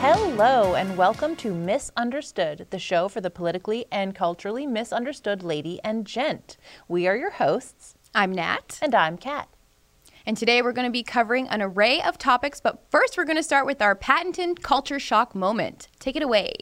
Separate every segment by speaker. Speaker 1: Hello, and welcome to Misunderstood, the show for the politically and culturally misunderstood lady and gent. We are your hosts,
Speaker 2: I'm Nat,
Speaker 1: and I'm Kat.
Speaker 2: and today we're going to be covering an array of topics, but first we're going to start with our patented culture shock moment. Take it away.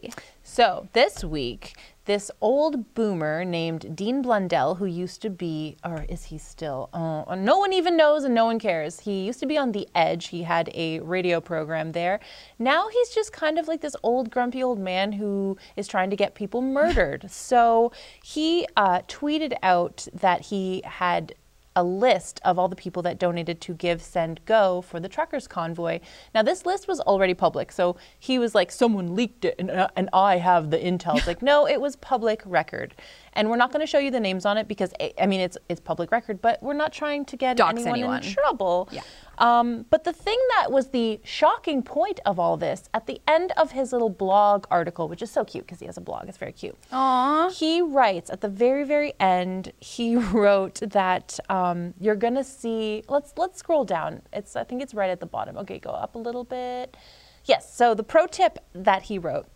Speaker 1: So, this week, this old boomer named Dean Blundell, who used to be, or is he still? Oh, no one even knows and no one cares. He used to be on The Edge. He had a radio program there. Now he's just kind of like this old, grumpy old man who is trying to get people murdered. so, he uh, tweeted out that he had a list of all the people that donated to Give, Send, Go for the truckers convoy. Now, this list was already public, so he was like, someone leaked it and, uh, and I have the intel. It's like, no, it was public record. And we're not going to show you the names on it because, eh, I I mean, it's, it's public record, but we're not trying to get
Speaker 2: Dox
Speaker 1: anyone,
Speaker 2: anyone.
Speaker 1: in trouble.
Speaker 2: Yeah.
Speaker 1: Um, but the thing that was the shocking point of all this, at the end of his little blog article, which is so cute because he has a blog, it's very cute.
Speaker 2: Aw.
Speaker 1: He writes at the very, very end. He wrote that um, you're gonna see. Let's let's scroll down. It's I think it's right at the bottom. Okay, go up a little bit. Yes. So the pro tip that he wrote: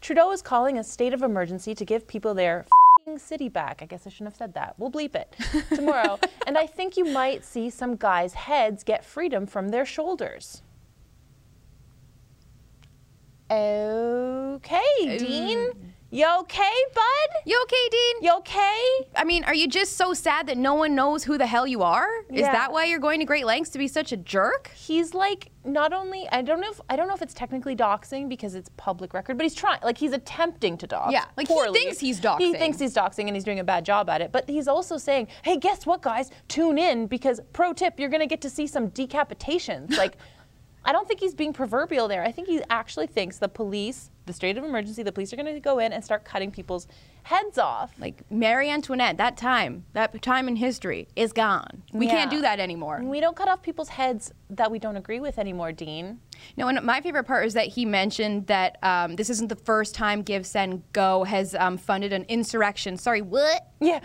Speaker 1: Trudeau is calling a state of emergency to give people their f***ing city back. I guess I shouldn't have said that. We'll bleep it tomorrow. and I think you might see some guys' heads get freedom from their shoulders. Okay, Dean. You okay, bud?
Speaker 2: You okay, Dean?
Speaker 1: You okay?
Speaker 2: I mean, are you just so sad that no one knows who the hell you are? Is
Speaker 1: Yeah.
Speaker 2: that why you're going to great lengths to be such a jerk?
Speaker 1: He's like not only I don't know if I don't know if it's technically doxing because it's public record, but he's trying like he's attempting to dox.
Speaker 2: Yeah, like, he
Speaker 1: poorly.
Speaker 2: thinks he's
Speaker 1: He
Speaker 2: doxing.
Speaker 1: thinks he's doxing and he's doing a bad job at it. But he's also saying, hey, guess what, guys? Tune in because pro tip, you're gonna get to see some decapitations. Like, I don't think he's being proverbial there. I think he actually thinks the police, the state of emergency, the police are gonna go in and start cutting people's heads off.
Speaker 2: Like Marie Antoinette, that time, that time in history is gone. We can't
Speaker 1: Yeah.
Speaker 2: do that anymore.
Speaker 1: We don't cut off people's heads that we don't agree with anymore, Dean.
Speaker 2: No, and my favorite part is that he mentioned that um, this isn't the first time Give Send Go has um, funded an insurrection. Sorry, what?
Speaker 1: Yeah.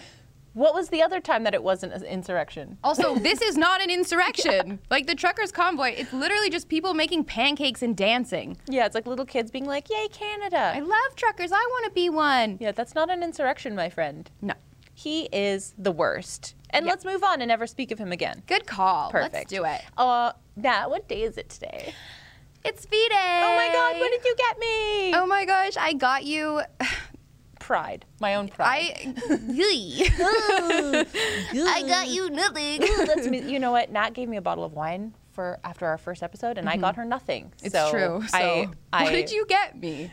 Speaker 1: What was the other time that it wasn't an insurrection?
Speaker 2: Also, this is not an insurrection. Like the truckers convoy, it's literally just people making pancakes and dancing.
Speaker 1: Yeah, it's like little kids being like, "Yay,
Speaker 2: I
Speaker 1: Canada!"
Speaker 2: love truckers. I want to be one.
Speaker 1: Yeah, that's not an insurrection, my friend.
Speaker 2: No,
Speaker 1: He is the worst. And let's move on and never speak of him again.
Speaker 2: good call.
Speaker 1: Perfect.
Speaker 2: Let's do it.
Speaker 1: Uh, Nat, what day is it today?
Speaker 2: It's V Day.
Speaker 1: Oh my God, what did you get me?
Speaker 2: Oh my gosh, I got you.
Speaker 1: Pride, my own pride.
Speaker 2: I. Yee. I got you nothing.
Speaker 1: That's me- you know what? Nat gave me a bottle of wine for after our first episode, and I got her nothing.
Speaker 2: Mm-hmm. It's
Speaker 1: So
Speaker 2: true. So,
Speaker 1: I, I,
Speaker 2: what did you get me?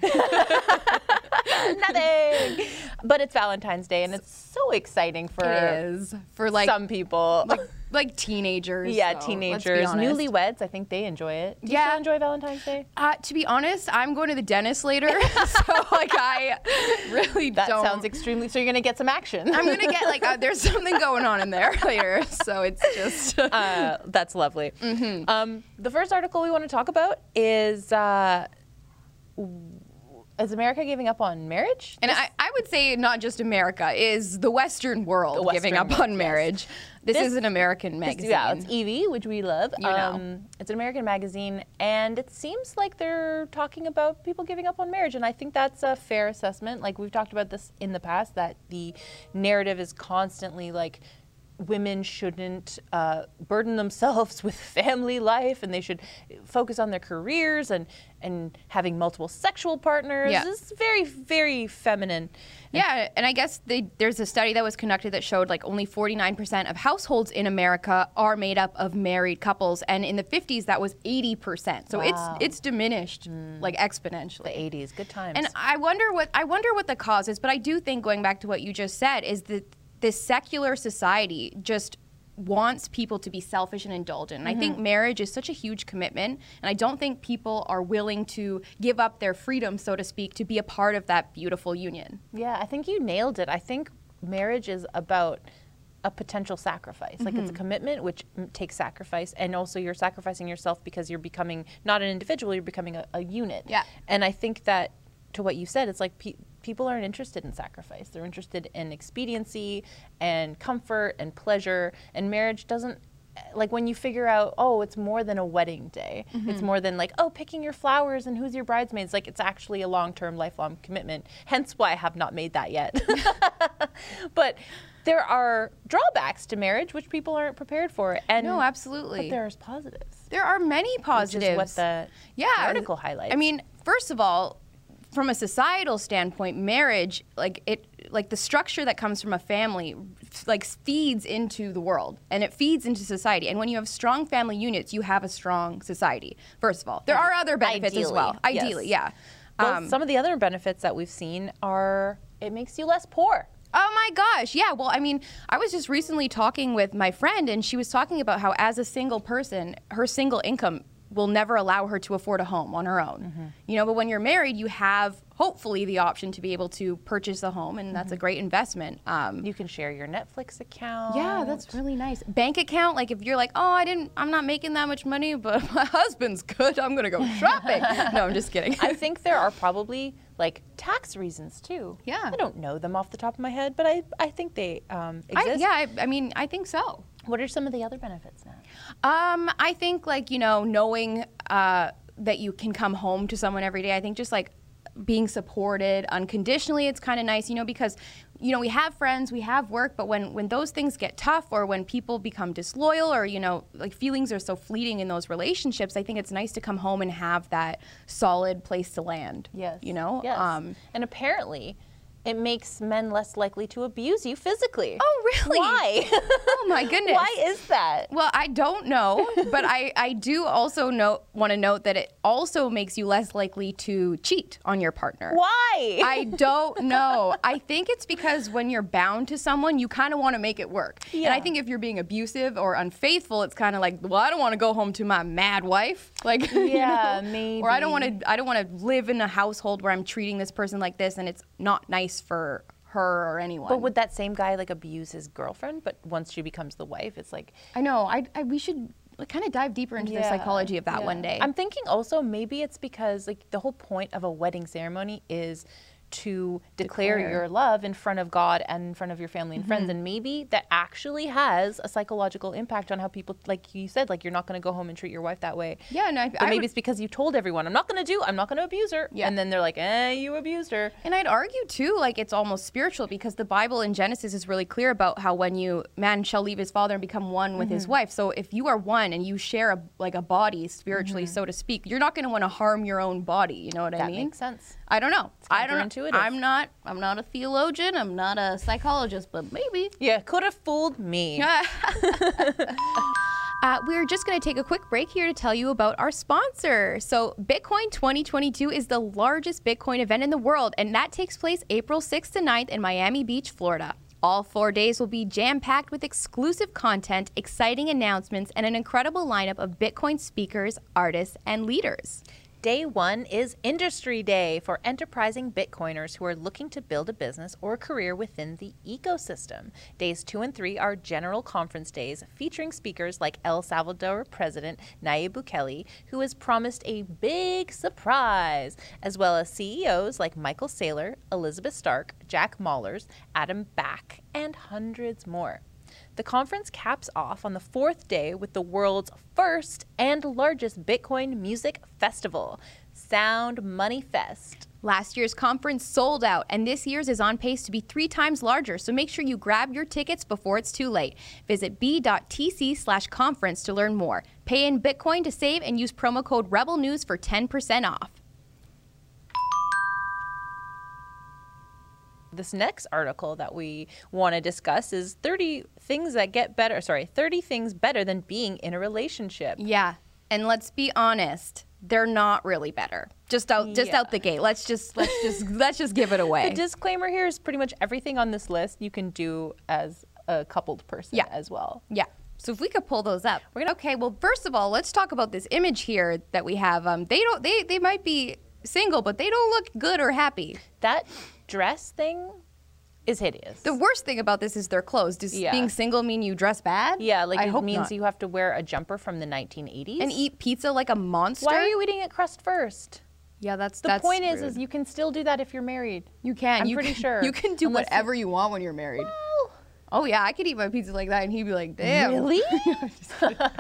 Speaker 1: nothing. but it's Valentine's Day, and it's so exciting for
Speaker 2: It is for like
Speaker 1: some people.
Speaker 2: like, like teenagers.
Speaker 1: Yeah,
Speaker 2: though, let's be
Speaker 1: teenagers,
Speaker 2: honest.
Speaker 1: newlyweds. I think they enjoy it. Do you
Speaker 2: Yeah.
Speaker 1: still enjoy Valentine's Day?
Speaker 2: Uh, to be honest, I'm going to the dentist later, so like I really
Speaker 1: That
Speaker 2: don't.
Speaker 1: sounds extremely. So you're gonna get some action.
Speaker 2: I'm gonna get like uh, there's something going on in there later, so it's just
Speaker 1: uh, that's lovely. Um, the first article we want to talk about is uh, w- is America giving up on marriage?
Speaker 2: And I, I would say not just America is the Western world
Speaker 1: The
Speaker 2: giving
Speaker 1: Western
Speaker 2: up
Speaker 1: world,
Speaker 2: on
Speaker 1: yes.
Speaker 2: marriage. This,
Speaker 1: This-
Speaker 2: is an American
Speaker 1: It's-
Speaker 2: magazine.
Speaker 1: Yeah, it's e- Evie, which we love. Um,
Speaker 2: You know.
Speaker 1: It's an American magazine, and it seems like they're talking about people giving up on marriage, and I think that's a fair assessment. Like we've talked about this in the past, that the narrative is constantly like women shouldn't uh, burden themselves with family life, and they should focus on their careers and and having multiple sexual partners.
Speaker 2: Yeah.
Speaker 1: It's very very feminine.
Speaker 2: Yeah, and I guess they, there's a study that was conducted that showed like only 49% of households in America are made up of married couples, and in the 50s that was 80%. So
Speaker 1: Wow. Mm.
Speaker 2: it's it's diminished like exponentially.
Speaker 1: The 80s, good times.
Speaker 2: And I wonder what I wonder what the cause is, but I do think going back to what you just said is that this secular society just wants people to be selfish and indulgent. And I think marriage is such a huge commitment, and I don't think people are willing to give up their freedom, so to speak, to be a part of that beautiful union.
Speaker 1: Yeah, I think you nailed it. I think marriage is about a potential sacrifice. Like it's a commitment which m- takes sacrifice, and also you're sacrificing yourself because you're becoming not an individual, you're becoming a, a unit.
Speaker 2: Yeah.
Speaker 1: And I think that to what you said, it's like pe- people aren't interested in sacrifice. They're interested in expediency and comfort and pleasure, and marriage doesn't like when you figure out, oh, it's more than a wedding day.
Speaker 2: Mm-hmm.
Speaker 1: It's more than like, oh, picking your flowers and who's your bridesmaids. Like it's actually a long-term, lifelong commitment. Hence why I have not made that yet. but there are drawbacks to marriage which people aren't prepared for. And
Speaker 2: No, absolutely.
Speaker 1: But there's positives.
Speaker 2: There are many positives.
Speaker 1: Which is what the
Speaker 2: yeah,
Speaker 1: article highlights.
Speaker 2: I mean, first of all, from a societal standpoint, marriage, like it, like the structure that comes from a family, f- like feeds into the world and it feeds into society. And when you have strong family units, you have a strong society. First of all, there are other benefits as well.
Speaker 1: Ideally, yes.
Speaker 2: Ideally, yeah.
Speaker 1: Well,
Speaker 2: Um,
Speaker 1: some of the other benefits that we've seen are it makes you less poor.
Speaker 2: Oh my gosh. Yeah. Well, I mean, I was just recently talking with my friend, and she was talking about how, as a single person, her single income will never allow her to afford a home on her own. You know, but when you're married, you have hopefully the option to be able to purchase a home, and that's a great investment. Um,
Speaker 1: You can share your Netflix account.
Speaker 2: yeah, that's really nice. Bank account, like if you're like, oh, I didn't, I'm not making that much money, but my husband's good. I'm gonna go shopping. no, I'm just kidding.
Speaker 1: I think there are probably like tax reasons too.
Speaker 2: Yeah.
Speaker 1: I don't know them off the top of my head, but I, I think they um,
Speaker 2: I,
Speaker 1: exist.
Speaker 2: yeah, I, I mean, I think so.
Speaker 1: What are some of the other benefits now?
Speaker 2: Um, I think like you know, knowing uh, that you can come home to someone every day. I think just like being supported unconditionally, it's kind of nice, you know, because you know we have friends, we have work, but when when those things get tough, or when people become disloyal, or you know, like feelings are so fleeting in those relationships, I think it's nice to come home and have that solid place to land.
Speaker 1: Yes.
Speaker 2: you know. Um,
Speaker 1: Yes. um, and apparently, it makes men less likely to abuse you physically.
Speaker 2: Oh, really?
Speaker 1: Why?
Speaker 2: oh my goodness.
Speaker 1: Why is that?
Speaker 2: Well, I don't know, but I, I do also know want to note that it also makes you less likely to cheat on your partner.
Speaker 1: Why?
Speaker 2: I don't know. I think it's because when you're bound to someone, you kind of want to make it work. And I
Speaker 1: Yeah.
Speaker 2: think if you're being abusive or unfaithful, it's kind of like, well, I don't want to go home to my mad wife. Like, you
Speaker 1: Yeah,
Speaker 2: know? Or I don't
Speaker 1: maybe.
Speaker 2: want to. I don't want to live in a household where I'm treating this person like this, and it's not nice for her or anyone.
Speaker 1: But would that same guy like abuse his girlfriend? But once she becomes the wife, it's like
Speaker 2: I know. I, I we should kind of dive deeper into the
Speaker 1: Yeah,
Speaker 2: psychology of that
Speaker 1: yeah.
Speaker 2: one day.
Speaker 1: I'm thinking also maybe it's because like the whole point of a wedding ceremony is to declare,
Speaker 2: Declare. Mm-hmm.
Speaker 1: your love in front of God and in front of your family and friends, and maybe that actually has a psychological impact on how people, like you said, like you're not going to go home and treat your wife that way.
Speaker 2: yeah, no, I,
Speaker 1: But
Speaker 2: I
Speaker 1: maybe
Speaker 2: would-
Speaker 1: it's because you told everyone, I'm not going to do, I'm not going to abuse her,
Speaker 2: Yeah.
Speaker 1: and then they're like, eh, you abused her.
Speaker 2: and I'd argue too, like it's almost spiritual because the Bible in Genesis is really clear about how when you man shall leave his father and become one with
Speaker 1: Mm-hmm.
Speaker 2: his wife. So if you are one and you share a like a body spiritually, so to speak, you're not going to want to harm your own body. You know what I
Speaker 1: Mm-hmm. That
Speaker 2: mean?
Speaker 1: makes sense.
Speaker 2: I don't know. I don't.
Speaker 1: counterintuitive.
Speaker 2: I'm not. I'm not a theologian. I'm not a psychologist, but maybe.
Speaker 1: Yeah, could have fooled me.
Speaker 2: Uh, we're just going to take a quick break here to tell you about our sponsor. So, Bitcoin 2022 is the largest Bitcoin event in the world, and that takes place April 6th to 9th in Miami Beach, Florida. All four days will be jam packed with exclusive content, exciting announcements, and an incredible lineup of Bitcoin speakers, artists, and leaders.
Speaker 1: Day one is Industry Day for enterprising Bitcoiners who are looking to build a business or career within the ecosystem. Days two and three are general conference days featuring speakers like El Salvador President Nayib Bukele, who has promised a big surprise, as well as CEOs like Michael Saylor, Elizabeth Stark, Jack Mahlers, Adam Back, and hundreds more. The conference caps off on the fourth day with the world's first and largest Bitcoin music festival, Sound Money Fest.
Speaker 2: Last year's conference sold out, and this year's is on pace to be three times larger, so make sure you grab your tickets before it's too late. Visit b.tc slash conference to learn more. Pay in Bitcoin to save and use promo code RebelNews for 10% off.
Speaker 1: This next article that we want to discuss is 30 things that get better, sorry, 30 things better than being in a relationship.
Speaker 2: Yeah, and let's be honest, they're not really better. Just out just
Speaker 1: Yeah.
Speaker 2: out the gate. Let's just let's just let's just give it away.
Speaker 1: The disclaimer here is pretty much everything on this list you can do as a coupled person
Speaker 2: Yeah.
Speaker 1: as well.
Speaker 2: Yeah. So if we could pull those up, we're gonna. Okay. Well, first of all, let's talk about this image here that we have. Um, they don't. They they might be single, but they don't look good or happy.
Speaker 1: That dress thing is hideous.
Speaker 2: The worst thing about this is their clothes. Does
Speaker 1: Yeah.
Speaker 2: being single mean you dress bad?
Speaker 1: yeah, like
Speaker 2: I
Speaker 1: it
Speaker 2: hope
Speaker 1: means
Speaker 2: not.
Speaker 1: you have to wear a jumper from the 1980s.
Speaker 2: and eat pizza like a monster.
Speaker 1: Why are you eating at Crust first?
Speaker 2: Yeah, that's
Speaker 1: The
Speaker 2: that's
Speaker 1: point is,
Speaker 2: rude.
Speaker 1: is you can still do that if you're married.
Speaker 2: you can.
Speaker 1: I'm
Speaker 2: you
Speaker 1: pretty
Speaker 2: can,
Speaker 1: sure.
Speaker 2: you can do
Speaker 1: Unless you-
Speaker 2: whatever you want when you're married.
Speaker 1: Well,
Speaker 2: oh yeah, I could eat my pizza like that, and he'd be like, damn.
Speaker 1: Really?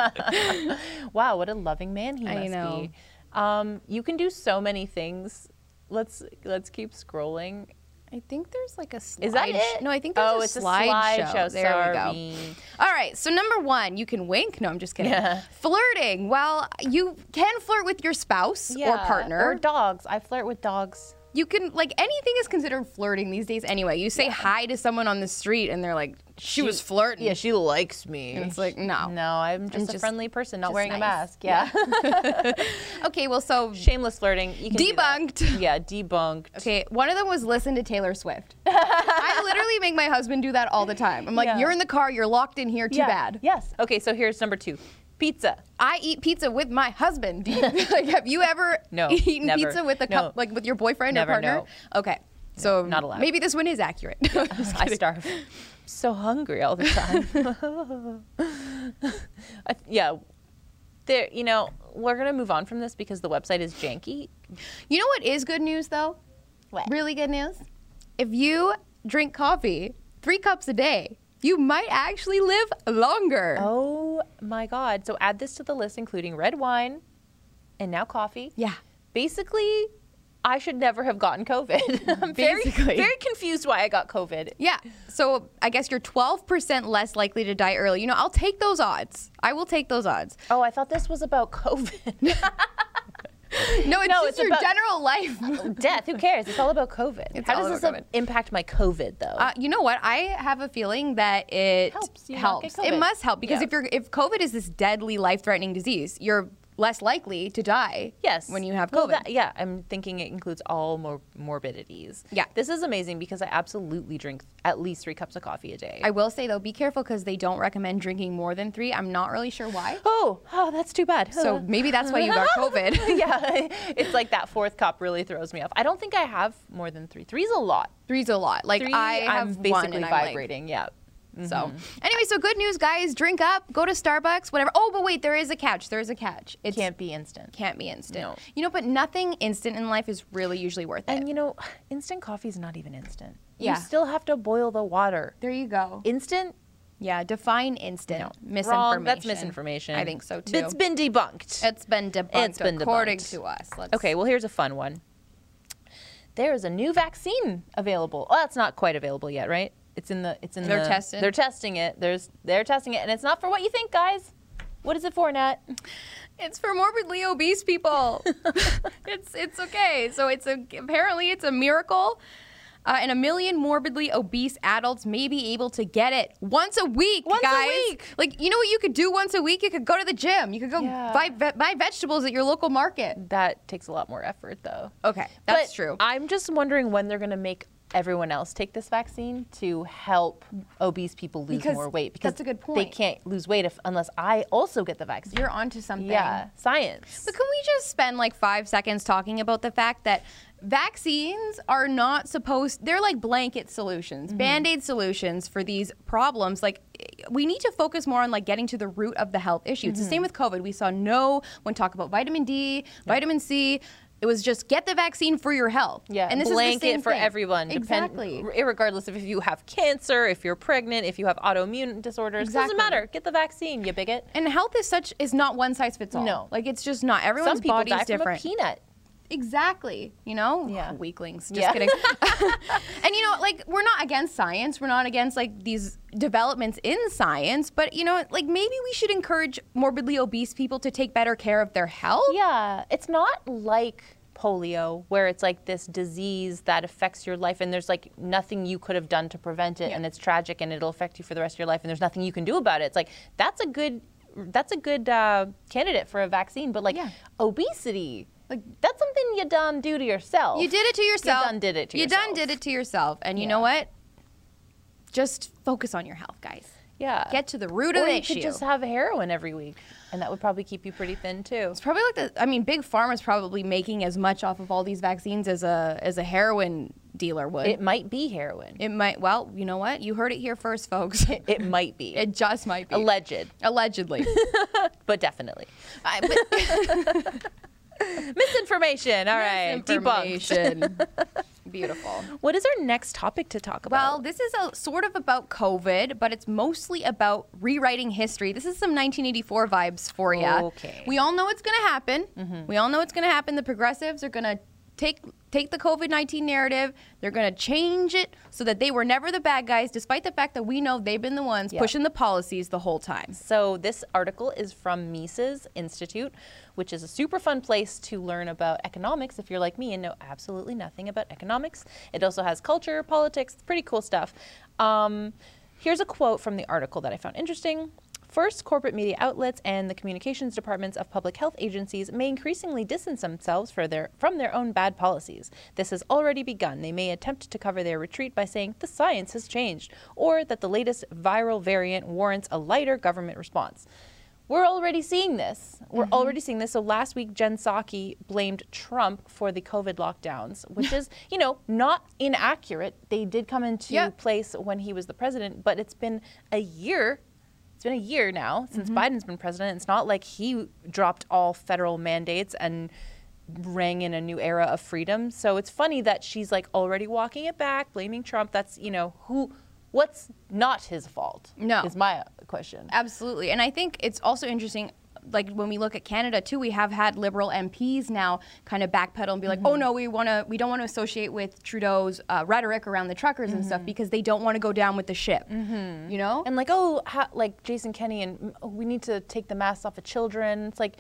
Speaker 1: wow, what a loving man he
Speaker 2: I
Speaker 1: must
Speaker 2: know.
Speaker 1: be. Um, you can do so many things. Let's let's keep scrolling.
Speaker 2: I think there's like a slide.
Speaker 1: Is that it?
Speaker 2: No, I think there's
Speaker 1: oh,
Speaker 2: a
Speaker 1: it's
Speaker 2: slideshow.
Speaker 1: a slideshow.
Speaker 2: There we go.
Speaker 1: Sorry.
Speaker 2: All right, so number one, you can wink. No, I'm just kidding.
Speaker 1: Yeah.
Speaker 2: Flirting. Well, you can flirt with your spouse or
Speaker 1: Yeah,
Speaker 2: partner.
Speaker 1: or dogs. I flirt with dogs.
Speaker 2: you can like anything is considered flirting these days. Anyway, you say hi to someone on the street, and they're like, "She, was flirting."
Speaker 1: Yeah, she likes me.
Speaker 2: And it's like, no.
Speaker 1: No, I'm just a
Speaker 2: just-
Speaker 1: friendly person, not
Speaker 2: just
Speaker 1: wearing a
Speaker 2: nice.
Speaker 1: mask. Yeah.
Speaker 2: Okay, well, so
Speaker 1: Shameless flirting. You can do that.
Speaker 2: Debunked.
Speaker 1: Yeah, debunked.
Speaker 2: okay, one of them was listen to Taylor Swift. I literally make my husband do that all the time. I'm like,
Speaker 1: Yeah.
Speaker 2: "You're in the car. You're locked in here. Too
Speaker 1: Yeah,
Speaker 2: bad."
Speaker 1: Yes. Okay, so here's number two. Pizza.
Speaker 2: I eat pizza with my husband. Do you, like, have you ever
Speaker 1: No,
Speaker 2: eaten
Speaker 1: never.
Speaker 2: pizza with a
Speaker 1: No.
Speaker 2: cup, like with your boyfriend
Speaker 1: Never,
Speaker 2: or partner? Okay, so
Speaker 1: not allowed.
Speaker 2: Maybe this one is accurate. Just
Speaker 1: I
Speaker 2: kidding.
Speaker 1: starve. I'm so hungry all the time. I- yeah. There, you know, we're gonna move on from this because the website is janky.
Speaker 2: you know what is good news though?
Speaker 1: What?
Speaker 2: Really good news. If you drink coffee three cups a day, you might actually live longer.
Speaker 1: Oh my god! So add this to the list, including red wine, and now coffee.
Speaker 2: Yeah.
Speaker 1: Basically, I should never have gotten COVID. I'm very,
Speaker 2: Basically.
Speaker 1: very confused why I got COVID.
Speaker 2: Yeah. So I guess you're 12% less likely to die early. You know, I'll take those odds. I will take those odds.
Speaker 1: Oh, I thought this was about COVID.
Speaker 2: No, it's
Speaker 1: No,
Speaker 2: just
Speaker 1: it's
Speaker 2: your
Speaker 1: about- Oh.
Speaker 2: general life.
Speaker 1: Death. Who cares? It's all about COVID.
Speaker 2: It's
Speaker 1: How
Speaker 2: all
Speaker 1: does
Speaker 2: about
Speaker 1: this impact my COVID though?
Speaker 2: Uh, you know what? I have a feeling that it
Speaker 1: Helps you not get
Speaker 2: helps. It
Speaker 1: COVID.
Speaker 2: must help because
Speaker 1: Yeah.
Speaker 2: if you're if COVID is this deadly life threatening disease, you're less likely to die.
Speaker 1: Yes.
Speaker 2: When you have COVID.
Speaker 1: Well, that- yeah, I'm thinking it includes all mor- morbidities.
Speaker 2: Yeah.
Speaker 1: This is amazing because I absolutely drink at least three cups of coffee a day.
Speaker 2: I will say though, be careful because they don't recommend drinking more than three. I'm not really sure why.
Speaker 1: oh, oh, that's too bad.
Speaker 2: So maybe that's why you got COVID.
Speaker 1: yeah, it's like that fourth cup really throws me off. I don't think I have more than three. Three's a lot.
Speaker 2: Three's a lot. Like
Speaker 1: Three,
Speaker 2: I
Speaker 1: am
Speaker 2: have one
Speaker 1: basically
Speaker 2: and I'm, like,
Speaker 1: vibrating. Mm-hmm. yeah.
Speaker 2: So anyway, so good news, guys. Drink up. Go to Starbucks. Whatever. Oh, but wait, there is a catch. There is a catch. It
Speaker 1: Can't be instant.
Speaker 2: can't be instant.
Speaker 1: No.
Speaker 2: You know, but nothing instant in life is really usually worth it.
Speaker 1: And you know, instant coffee's not even instant.
Speaker 2: Yeah.
Speaker 1: You still have to boil the water.
Speaker 2: there you go.
Speaker 1: Instant?
Speaker 2: Yeah, define instant misinformation.
Speaker 1: Wrong. That's misinformation.
Speaker 2: I think so too.
Speaker 1: It's been debunked.
Speaker 2: it's been debunked
Speaker 1: It's been
Speaker 2: according
Speaker 1: debunked.
Speaker 2: to us. Let's,
Speaker 1: Okay, well, here's a fun one. There is a new vaccine available. Well, it's not quite available yet, right? It's in the. It's in
Speaker 2: They're
Speaker 1: the.
Speaker 2: testing.
Speaker 1: They're testing it. There's. They're testing it, and it's not for what you think, guys. What is it for, Nat?
Speaker 2: it's for morbidly obese people. it's it's okay. So it's a, apparently it's a miracle. Uh, and a million morbidly obese adults may be able to get it once a week,
Speaker 1: Once a
Speaker 2: guys.
Speaker 1: week.
Speaker 2: Like you know what you could do once a week? You could go to the gym. You could go
Speaker 1: Yeah.
Speaker 2: buy ve- buy vegetables at your local market.
Speaker 1: That takes a lot more effort, though.
Speaker 2: Okay, that's
Speaker 1: But
Speaker 2: true.
Speaker 1: I'm just wondering when they're going to make everyone else take this vaccine to help obese people lose
Speaker 2: Because
Speaker 1: more weight. Because
Speaker 2: that's a good
Speaker 1: They
Speaker 2: point.
Speaker 1: can't lose weight if unless I also get the vaccine.
Speaker 2: You're onto something.
Speaker 1: yeah, science.
Speaker 2: But can we just spend like five seconds talking about the fact that vaccines are not supposed, they're like blanket solutions,
Speaker 1: Mm-hmm.
Speaker 2: band aid solutions for these problems. Like, we need to focus more on like getting to the root of the health issue. It's the same
Speaker 1: Mm-hmm.
Speaker 2: with COVID. We saw no one talk about vitamin D, vitamin C. It was just get the vaccine for your health.
Speaker 1: Yeah,
Speaker 2: and this
Speaker 1: blanket
Speaker 2: is the same
Speaker 1: for
Speaker 2: thing.
Speaker 1: everyone. depend-
Speaker 2: Exactly.
Speaker 1: r- regardless of if you have cancer, if you're pregnant, if you have autoimmune disorders, doesn't
Speaker 2: Exactly.
Speaker 1: matter. Get the vaccine, you bigot.
Speaker 2: and health is such is not one size fits all.
Speaker 1: No.
Speaker 2: like it's just not everyone's
Speaker 1: Some people
Speaker 2: body
Speaker 1: die
Speaker 2: is different.
Speaker 1: from a peanut.
Speaker 2: Exactly. You know?
Speaker 1: Yeah.
Speaker 2: Weaklings. Just
Speaker 1: Yeah.
Speaker 2: kidding. and you know, like we're not against science. We're not against like these developments in science, but you know, like maybe we should encourage morbidly obese people to take better care of their health.
Speaker 1: Yeah, it's not like polio where it's like this disease that affects your life and there's like nothing you could have done to prevent it and it's tragic and it'll affect you for the rest of your life and there's nothing you can do about it. It's like that's a good that's a good uh, candidate for a vaccine, but like
Speaker 2: Yeah.
Speaker 1: obesity,
Speaker 2: Like-
Speaker 1: like that's something you done do to yourself.
Speaker 2: You did it to yourself.
Speaker 1: done did it to
Speaker 2: You done
Speaker 1: yourself.
Speaker 2: did it to yourself. And you know what? Just focus on your health, guys.
Speaker 1: Yeah.
Speaker 2: Get to the root of
Speaker 1: Or
Speaker 2: the
Speaker 1: you
Speaker 2: issue.
Speaker 1: could just have heroin every week, and that would probably keep you pretty thin too.
Speaker 2: It's probably like the. I mean, big pharma's probably making as much off of all these vaccines as a as a heroin dealer would.
Speaker 1: It might be heroin.
Speaker 2: It might. Well, you know what? You heard it here first, folks.
Speaker 1: It, might be
Speaker 2: it just might be
Speaker 1: alleged,
Speaker 2: allegedly.
Speaker 1: but definitely
Speaker 2: I, but
Speaker 1: misinformation. All right, debunked.
Speaker 2: misinformation. Beautiful.
Speaker 1: What is our next topic to talk
Speaker 2: Well,
Speaker 1: about?
Speaker 2: this is a sort of about COVID, but it's mostly about rewriting history. This is some 1984 vibes for you.
Speaker 1: Okay.
Speaker 2: We all know it's going to happen. We all know it's going to happen. The progressives are going to take take the COVID-19 narrative. They're going to change it so that they were never the bad guys despite the fact that we know they've been the ones
Speaker 1: Yeah.
Speaker 2: pushing the policies the whole time.
Speaker 1: so this article is from Mises Institute, which is a super fun place to learn about economics if you're like me and know absolutely nothing about economics. It also has culture, politics, pretty cool stuff. Um, here's a quote from the article that I found interesting. First, corporate media outlets and the communications departments of public health agencies may increasingly distance themselves for their, from their own bad policies. This has already begun. They may attempt to cover their retreat by saying the science has changed or that the latest viral variant warrants a lighter government response. We're already seeing this. We're already seeing this. So last week, Jen Psaki blamed Trump for the COVID lockdowns, which is, you know, not inaccurate. They did come into
Speaker 2: Yeah.
Speaker 1: place when he was the president, but it's been a year. It's been a year now since Biden's been president. It's not like he dropped all federal mandates and rang in a new era of freedom. So it's funny that she's like already walking it back, blaming Trump. That's, you know, who, what's not his fault?
Speaker 2: No.
Speaker 1: Is my question.
Speaker 2: Absolutely. And I think it's also interesting. Like when we look at Canada too, we have had liberal MPs now kind of backpedal and be like, "Oh
Speaker 1: Mm-hmm.
Speaker 2: no, we want to, we don't want to associate with Trudeau's uh, rhetoric around the truckers and stuff because they don't want to go down with the ship." You know?
Speaker 1: Mm-hmm. and like oh ha like jason Kenney and mm, oh, we need to take the masks off of children it's like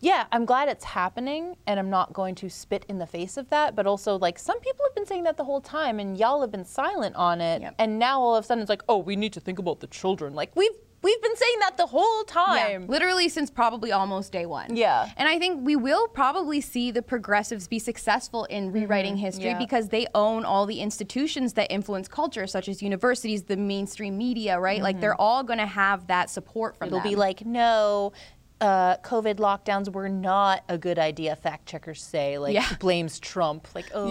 Speaker 1: yeah i'm glad it's happening and i'm not going to spit in the face of that but also like some people have been saying that the whole time and y'all have been silent on it
Speaker 2: Yep.
Speaker 1: and now all of a sudden it's like oh we need to think about the children like we've we've been saying that the whole
Speaker 2: Yeah,
Speaker 1: time
Speaker 2: literally since probably almost day one.
Speaker 1: Yeah.
Speaker 2: And I think we will probably see the progressives be successful in rewriting history
Speaker 1: Mm-hmm. yeah.
Speaker 2: because they own all the institutions that influence culture, such as universities, the mainstream media, right? Like they're all going to have that support from
Speaker 1: Mm-hmm. It'll
Speaker 2: them.
Speaker 1: be like, no, uh, COVID lockdowns were not a good idea. Fact checkers say, like,
Speaker 2: Yeah.
Speaker 1: blames Trump. Like, oh,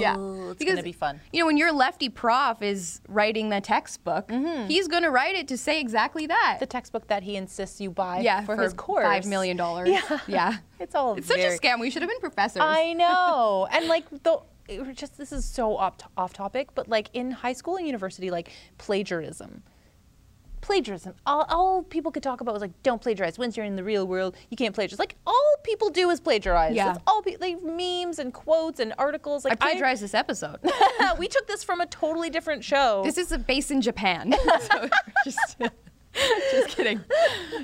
Speaker 1: it's
Speaker 2: Because,
Speaker 1: gonna be fun.
Speaker 2: You know, when your lefty prof is writing the textbook,
Speaker 1: Mm-hmm.
Speaker 2: he's going to write it to say exactly that.
Speaker 1: The textbook that he insists you buy
Speaker 2: yeah,
Speaker 1: for, his course,
Speaker 2: five million dollars.
Speaker 1: Yeah.
Speaker 2: yeah.
Speaker 1: It's all
Speaker 2: It's such
Speaker 1: very-
Speaker 2: a scam. We should have been professors.
Speaker 1: I know, and like the. It was just this is so off, off topic, but like in high school and university, like plagiarism, plagiarism. All, all people could talk about was like, don't plagiarize. Once you're in the real world, you can't plagiarize. Like all people do is plagiarize.
Speaker 2: Yeah.
Speaker 1: It's all pe- like memes and quotes and articles.
Speaker 2: I
Speaker 1: Like
Speaker 2: plagiarized this episode.
Speaker 1: I- we took this from a totally different show.
Speaker 2: this is a base in Japan. So just, just kidding.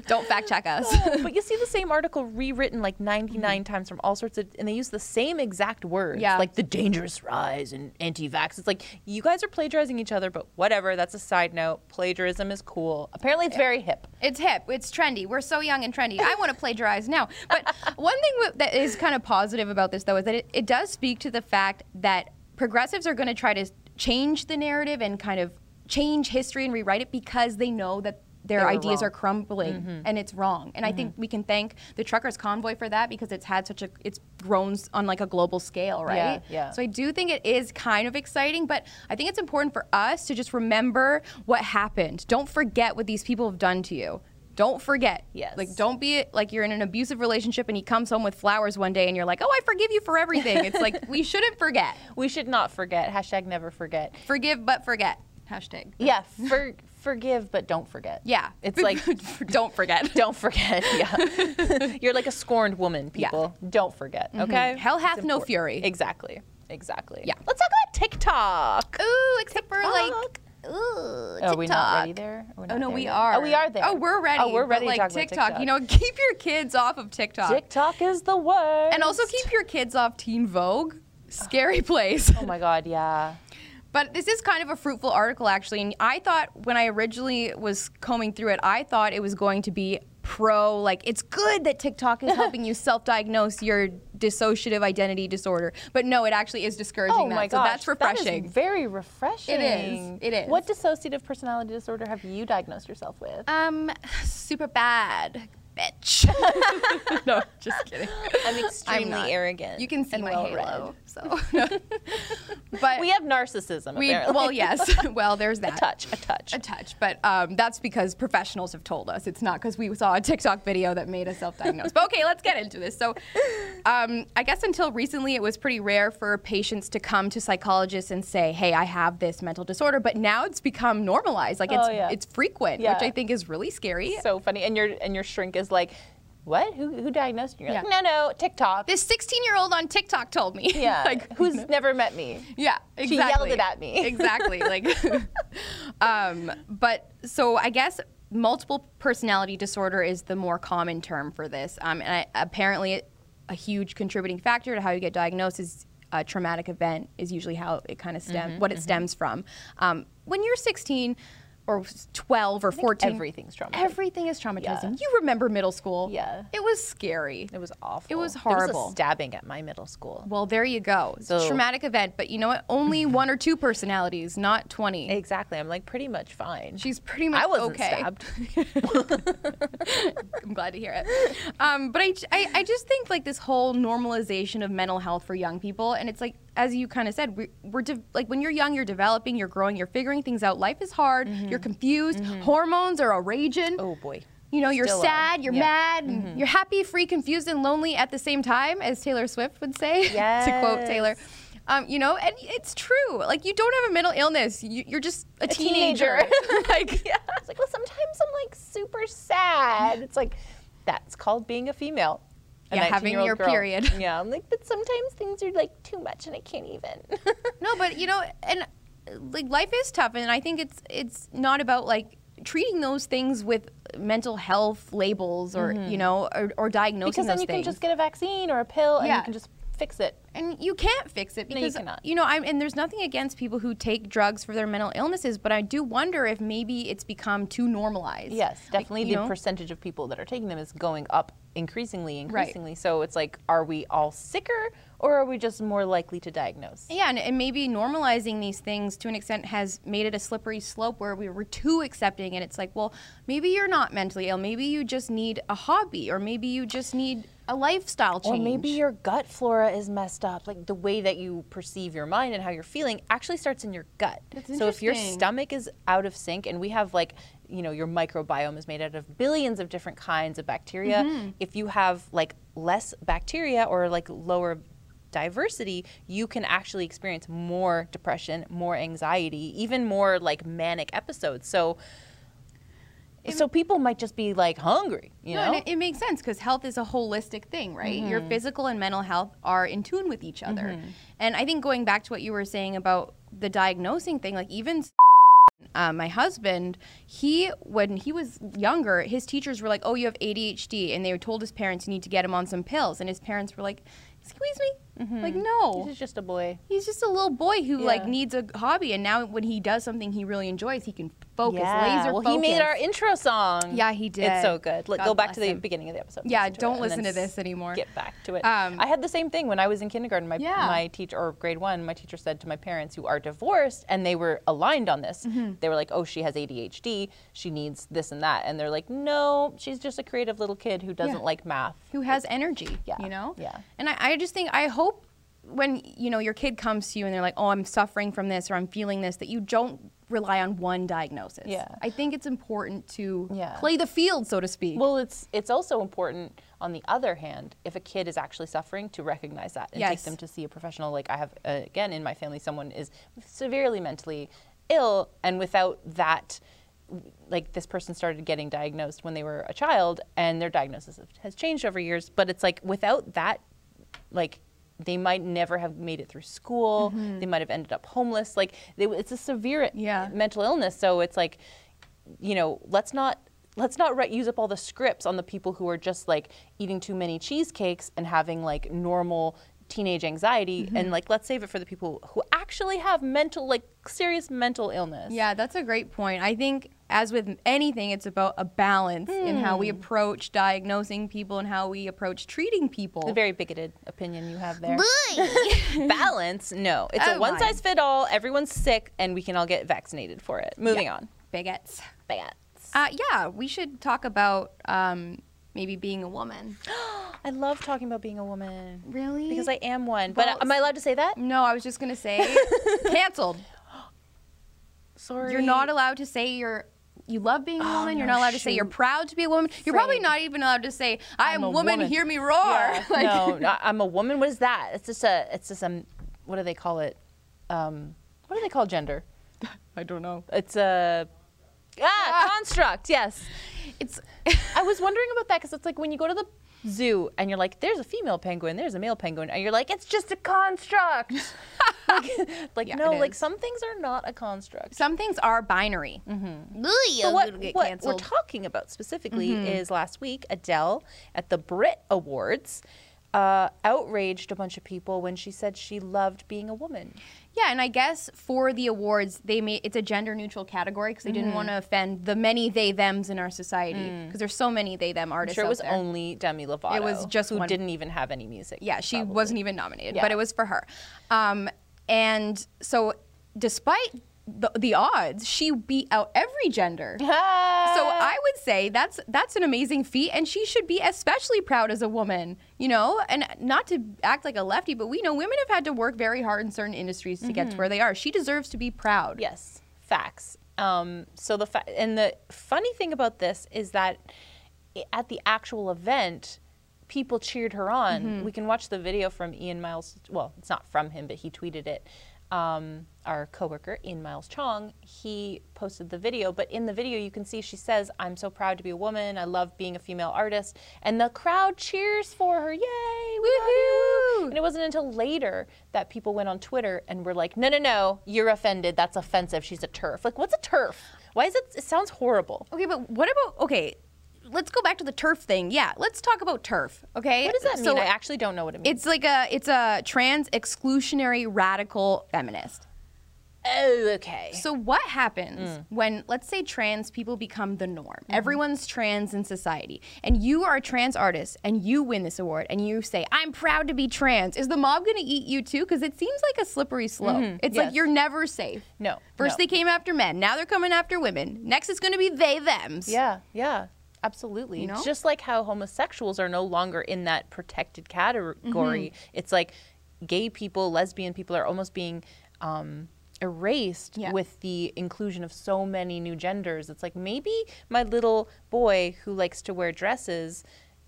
Speaker 2: Don't fact check us.
Speaker 1: but you see the same article rewritten like
Speaker 2: Mm-hmm.
Speaker 1: 99 times from all sorts of and they use the same exact words
Speaker 2: Yeah.
Speaker 1: like the dangerous rise and anti-vax it's like you guys are plagiarizing each other but whatever that's a side note plagiarism is cool apparently it's very hip
Speaker 2: It's hip. It's trendy. We're so young and trendy. I want to plagiarize now. But one thing w- that is kind of positive about this, though, is that it, it does speak to the fact that progressives are going to try to s- change the narrative and kind of change history and rewrite it because they know that their
Speaker 1: They were
Speaker 2: ideas
Speaker 1: wrong. Mm-hmm.
Speaker 2: are crumbling and it's wrong. And I think we can thank the truckers convoy for that because it's had such a it's grown s- on like a global scale, right?
Speaker 1: yeah.
Speaker 2: So I do think it is kind of exciting, but I think it's important for us to just remember what happened. Don't forget what these people have done to you. Don't forget.
Speaker 1: Yes.
Speaker 2: Like, don't be like you're in an abusive relationship and he comes home with flowers one day and you're like, oh, I forgive you for everything. It's like, we shouldn't forget.
Speaker 1: we should not forget hashtag never forget
Speaker 2: Forgive but forget. Hashtag.
Speaker 1: yeah for, forgive but don't forget
Speaker 2: Yeah.
Speaker 1: it's like
Speaker 2: don't forget.
Speaker 1: don't forget yeah you're like a scorned woman
Speaker 2: Yeah. Mm-hmm.
Speaker 1: people don't forget okay
Speaker 2: Hell
Speaker 1: It's
Speaker 2: hath no
Speaker 1: important.
Speaker 2: fury.
Speaker 1: exactly exactly
Speaker 2: Yeah.
Speaker 1: let's talk about tiktok
Speaker 2: Ooh, except for like,
Speaker 1: TikTok. Oh,
Speaker 2: ooh,
Speaker 1: Are we not ready
Speaker 2: TikTok.
Speaker 1: there? Are we
Speaker 2: Oh
Speaker 1: not
Speaker 2: no,
Speaker 1: there
Speaker 2: we
Speaker 1: yet?
Speaker 2: are.
Speaker 1: Oh, we are there.
Speaker 2: Oh, we're ready.
Speaker 1: Oh, we're
Speaker 2: but,
Speaker 1: ready to
Speaker 2: like
Speaker 1: talk about
Speaker 2: TikTok,
Speaker 1: TikTok.
Speaker 2: you know, keep your kids off of TikTok,
Speaker 1: TikTok is the worst.
Speaker 2: and also keep your kids off Teen Vogue. Scary place.
Speaker 1: Oh my God, yeah.
Speaker 2: But this is kind of a fruitful article, actually. And I thought when I originally was combing through it, I thought it was going to be pro, like, it's good that TikTok is helping you self diagnose your dissociative identity disorder. But no, it actually is discouraging
Speaker 1: Oh
Speaker 2: that.
Speaker 1: my
Speaker 2: so
Speaker 1: gosh,
Speaker 2: that's refreshing.
Speaker 1: That is very refreshing.
Speaker 2: It is.
Speaker 1: What dissociative personality disorder have you diagnosed yourself with?
Speaker 2: um, super bad. bitch.
Speaker 1: no, just kidding.
Speaker 3: I'm extremely
Speaker 2: not.
Speaker 3: arrogant.
Speaker 2: You can see
Speaker 3: and
Speaker 2: my
Speaker 3: well
Speaker 2: halo. So, but
Speaker 1: We have narcissism.
Speaker 2: we
Speaker 1: apparently.
Speaker 2: well, yes. well, there's that.
Speaker 1: a touch, a touch.
Speaker 2: a touch, but um, that's because professionals have told us. It's not because we saw a TikTok video that made us self-diagnose. but okay, let's get into this. So, um, I guess until recently, it was pretty rare for patients to come to psychologists and say, "Hey, I have this mental disorder." But now it's become normalized. Like it's
Speaker 1: Oh, yeah.
Speaker 2: it's frequent,
Speaker 1: Yeah.
Speaker 2: which I think is really scary.
Speaker 1: so funny. And your and your shrink is like, what? Who who diagnosed you? You're like, no,
Speaker 2: Yeah.
Speaker 1: no, TikTok.
Speaker 2: this 16-year-old on TikTok told me.
Speaker 1: yeah,
Speaker 2: like
Speaker 1: who's never met me?
Speaker 2: Yeah,
Speaker 1: She
Speaker 2: exactly.
Speaker 1: yelled it at me.
Speaker 2: exactly. Like, um, but so I guess multiple personality disorder is the more common term for this, um, and I, apparently a huge contributing factor to how you get diagnosed is a traumatic event. Is usually how it kind of
Speaker 1: Mm-hmm,
Speaker 2: stem what it stems from. Um, when you're 16 or 12 or 14,
Speaker 1: everything's traumatizing.
Speaker 2: Everything is traumatizing. You remember middle school?
Speaker 1: Yeah.
Speaker 2: It was scary.
Speaker 1: It was awful.
Speaker 2: It was
Speaker 1: There was
Speaker 2: horrible.
Speaker 1: a stabbing at my middle school.
Speaker 2: Well, there you go. It's a
Speaker 1: So-
Speaker 2: traumatic event, but you know what? Only one or two personalities, not 20.
Speaker 1: Exactly. I'm like pretty much fine.
Speaker 2: She's pretty much
Speaker 1: I wasn't
Speaker 2: okay.
Speaker 1: stabbed.
Speaker 2: I'm glad to hear it. Um, but I, I, I just think like this whole normalization of mental health for young people, and it's like as you kind of said, we, we're de- like when you're young, you're developing, you're growing, you're figuring things out. Life is hard. You're
Speaker 1: Mm-hmm.
Speaker 2: confused. Hormones are a raging.
Speaker 1: Oh boy.
Speaker 2: You know, you're
Speaker 1: Still are.
Speaker 2: sad, you're
Speaker 1: Yeah. Mm-hmm.
Speaker 2: mad, and you're happy, free, confused, and lonely at the same time, as Taylor Swift would say, to quote Taylor. Um, you know, and it's true. Like, you don't have a mental illness. You, you're just a, teenager.
Speaker 1: like yeah. It's like, well, sometimes I'm like super sad. It's like that's called being a female. A
Speaker 2: Yeah, having
Speaker 1: 19-year-old
Speaker 2: your
Speaker 1: girl.
Speaker 2: period.
Speaker 1: Yeah, I'm like, but sometimes things are like too much and I can't even.
Speaker 2: no, but you know, and uh, like life is tough, and I think it's it's not about like treating those things with mental health labels or you know or, or diagnosing
Speaker 1: Mm-hmm. because then
Speaker 2: those
Speaker 1: you
Speaker 2: things.
Speaker 1: can just get a vaccine or a pill and
Speaker 2: Yeah.
Speaker 1: you can just fix it.
Speaker 2: and you can't fix it
Speaker 1: No, you
Speaker 2: because
Speaker 1: cannot.
Speaker 2: know I'm and there's nothing against people who take drugs for their mental illnesses, but I do wonder if maybe it's become too normalized.
Speaker 1: Yes,
Speaker 2: Like,
Speaker 1: definitely
Speaker 2: you
Speaker 1: the
Speaker 2: know?
Speaker 1: percentage of people that are taking them is going up increasingly,
Speaker 2: Right.
Speaker 1: increasingly. So it's like, are we all sicker or are we just more likely to diagnose?
Speaker 2: Yeah, and, and maybe normalizing these things to an extent has made it a slippery slope where we were too accepting, and it's like, well, maybe you're not mentally ill. Maybe you just need a hobby, or maybe you just need a lifestyle change.
Speaker 1: Or maybe your gut flora is messed up. Like the way that you perceive your mind and how you're feeling actually starts in your gut.
Speaker 2: That's
Speaker 1: so if your
Speaker 2: interesting.
Speaker 1: stomach is out of sync, and we have like, you know, your microbiome is made out of billions of different kinds of bacteria.
Speaker 2: Mm-hmm.
Speaker 1: If you have like less bacteria or like lower diversity, you can actually experience more depression, more anxiety, even more like manic episodes. So so people might just be like hungry, you
Speaker 2: No,
Speaker 1: know? Mm-hmm.
Speaker 2: and it, it makes sense because health is a holistic thing, right? Your physical and mental health are in tune with each other. And I think going back to what you were saying about the diagnosing thing, like even uh, my husband, he when he was younger, his teachers were like, "Oh, you have ADHD," and they told his parents, "You need to get him on some pills." And his parents were like, "Excuse me, like no."
Speaker 1: this is Mm-hmm. just a boy.
Speaker 2: He's just a little boy who like
Speaker 1: Yeah.
Speaker 2: needs a hobby, and now when he does something he really enjoys, he can focus, laser
Speaker 1: well,
Speaker 2: focus.
Speaker 1: he made our intro song.
Speaker 2: Yeah, he did.
Speaker 1: It's so good. Let,
Speaker 2: God
Speaker 1: go back to
Speaker 2: bless
Speaker 1: the
Speaker 2: him.
Speaker 1: beginning of the episode. and
Speaker 2: Yeah,
Speaker 1: listen to
Speaker 2: don't
Speaker 1: it, and
Speaker 2: listen
Speaker 1: then
Speaker 2: to this
Speaker 1: s-
Speaker 2: anymore.
Speaker 1: Get back to it.
Speaker 2: Um,
Speaker 1: I had the same thing when I was in kindergarten. My
Speaker 2: Yeah.
Speaker 1: my teacher or grade one, my teacher said to my parents who are divorced, and they were aligned on this.
Speaker 2: Mm-hmm.
Speaker 1: They were like, "Oh, she has ADHD. She needs this and that," and they're like, "No, she's just a creative little kid who doesn't like math."
Speaker 2: who has energy,
Speaker 1: Yeah,
Speaker 2: you know?
Speaker 1: yeah.
Speaker 2: And I, I just think, I hope when, you know, your kid comes to you and they're like, oh, I'm suffering from this or I'm feeling this, that you don't rely on one diagnosis.
Speaker 1: Yeah.
Speaker 2: I think it's important to
Speaker 1: Yeah.
Speaker 2: play the field, so to speak.
Speaker 1: Well, it's it's also important on the other hand if a kid is actually suffering to recognize that and
Speaker 2: Yes.
Speaker 1: take them to see a professional. Like I have uh, again in my family, someone is severely mentally ill, and without that. w- Like this person started getting diagnosed when they were a child, and their diagnosis have- has changed over years. But it's like without that, like they might never have made it through school. They might have ended up homeless. Like they, it's a severe
Speaker 2: Mm-hmm. Yeah.
Speaker 1: mental illness. So it's like, you know, let's not let's not re- use up all the scripts on the people who are just like eating too many cheesecakes and having like normal teenage anxiety
Speaker 2: Mm-hmm.
Speaker 1: and like let's save it for the people who actually have mental like serious mental illness.
Speaker 2: yeah, that's a great point. I think, as with anything, it's about a balance in how
Speaker 1: Hmm.
Speaker 2: we approach diagnosing people and how we approach treating people.
Speaker 1: A very bigoted opinion you have there. Balance? No. It's
Speaker 2: Oh my.
Speaker 1: a one size fit all. Everyone's sick and we can all get vaccinated for it. Moving on.
Speaker 2: Bigots.
Speaker 1: Bats.
Speaker 2: Uh, yeah, we should talk about um, maybe being a woman.
Speaker 1: I love talking about being a woman.
Speaker 2: Really?
Speaker 1: Because I am one. But
Speaker 2: Well,
Speaker 1: am I allowed to say that?
Speaker 2: No, I was just gonna say canceled.
Speaker 1: Sorry.
Speaker 2: You're not allowed to say you're you love being a
Speaker 1: Oh,
Speaker 2: woman. you're
Speaker 1: no,
Speaker 2: not allowed to say you're
Speaker 1: shoot.
Speaker 2: proud to be a woman. You're probably
Speaker 1: Afraid.
Speaker 2: not even allowed to say I am
Speaker 1: a
Speaker 2: woman,
Speaker 1: woman.
Speaker 2: Hear me roar.
Speaker 1: Yeah,
Speaker 2: Like-
Speaker 1: no, no, I'm a woman. What is that? It's just a. It's just a. What do they call it? Um, what do they call gender?
Speaker 2: I don't know.
Speaker 1: It's a. Ah, construct. Yes.
Speaker 2: It's
Speaker 1: I was wondering about that because it's like when you go to the zoo and you're like, there's a female penguin, there's a male penguin, and you're like, it's just a construct. like, like,
Speaker 2: Yeah,
Speaker 1: no,
Speaker 2: it
Speaker 1: like
Speaker 2: is.
Speaker 1: some things are not a construct.
Speaker 2: some things are binary.
Speaker 1: So
Speaker 2: Mm-hmm.
Speaker 1: what, what we're talking about specifically is last week Adele at the Brit Awards uh, outraged a bunch of people when she said she loved being a woman.
Speaker 2: Yeah, and I guess for the awards, they made it's a gender neutral category because they
Speaker 1: Mm-hmm.
Speaker 2: didn't want to offend the many they them's in our society because there's so many they them
Speaker 1: Mm. I'm
Speaker 2: artists.
Speaker 1: sure it
Speaker 2: out
Speaker 1: was
Speaker 2: there.
Speaker 1: only Demi Lovato.
Speaker 2: It was just
Speaker 1: who
Speaker 2: one-
Speaker 1: didn't even have any music.
Speaker 2: Yeah, she
Speaker 1: probably.
Speaker 2: wasn't even nominated,
Speaker 1: Yeah.
Speaker 2: but it was for her. Um, and so, despite the, the odds, she beat out every gender. So I would say that's that's an amazing feat, and she should be especially proud as a woman. You know, and not to act like a lefty, but we know women have had to work very hard in certain industries to
Speaker 1: Mm-hmm.
Speaker 2: get to where they are. She deserves to be proud.
Speaker 1: Yes, facts. Um, so the fa- and the funny thing about this is that i- at the actual event, people cheered her on. We can watch the video from Ian Miles. Well, it's not from him, but he tweeted it. Um, our coworker Ian Miles Chong, he posted the video, but in the video you can see she says, "I'm so proud to be a woman. I love being a female artist," and the crowd cheers for her. Yay! We love you. And it wasn't until later that people went on Twitter and were like, no, no, no, you're offended. That's offensive. She's a turf. Like, what's a turf? Why is it? It sounds horrible.
Speaker 2: Okay, but what about okay? Let's go back to the turf thing. Yeah, let's talk about turf. Okay,
Speaker 1: What does that mean?
Speaker 2: So
Speaker 1: I actually don't know what it means.
Speaker 2: it's like a it's a trans exclusionary radical feminist.
Speaker 1: oh, okay.
Speaker 2: So what happens
Speaker 1: Mm.
Speaker 2: when let's say trans people become the norm?
Speaker 1: Mm-hmm.
Speaker 2: Everyone's trans in society, and you are a trans artist, and you win this award, and you say, "I'm proud to be trans." Is the mob going to eat you too? Because it seems like a slippery slope. It's
Speaker 1: Mm-hmm. Yes.
Speaker 2: like you're never safe.
Speaker 1: No,
Speaker 2: First
Speaker 1: no.
Speaker 2: they came after men. Now they're coming after women. Next it's going to be they them's.
Speaker 1: yeah, yeah, absolutely.
Speaker 2: You know?
Speaker 1: It's just like how homosexuals are no longer in that protected category.
Speaker 2: Mm-hmm.
Speaker 1: It's like gay people, lesbian people are almost being. Um, erased
Speaker 2: Yeah.
Speaker 1: with the inclusion of so many new genders it's like maybe my little boy who likes to wear dresses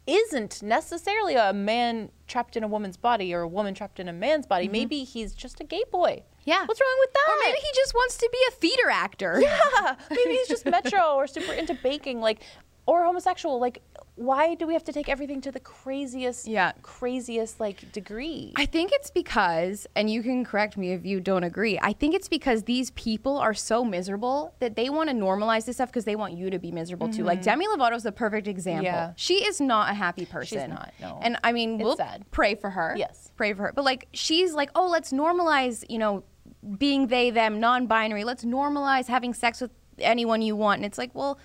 Speaker 1: isn't necessarily a man trapped in a woman's body or a woman trapped in a man's body maybe he's just a gay boy
Speaker 2: Mm-hmm. Yeah.
Speaker 1: what's wrong with that
Speaker 2: Or maybe he just wants to be a theater actor.
Speaker 1: yeah, maybe he's just metro or super into baking, like, or homosexual. Like, why do we have to take everything to the craziest,
Speaker 2: Yeah.
Speaker 1: craziest like degree?
Speaker 2: I think it's because, and you can correct me if you don't agree, I think it's because these people are so miserable that they want to normalize this stuff because they want you to be miserable too. Like Demi Lovato's the perfect example.
Speaker 1: Mm-hmm. Yeah.
Speaker 2: She is not a happy person.
Speaker 1: not, no.
Speaker 2: And I mean,
Speaker 1: It's
Speaker 2: we'll
Speaker 1: sad.
Speaker 2: pray for her.
Speaker 1: Yes.
Speaker 2: Pray for her. But like, she's like, oh, let's normalize, you know, being they, them, non binary. Let's normalize having sex with anyone you want. And it's like, well,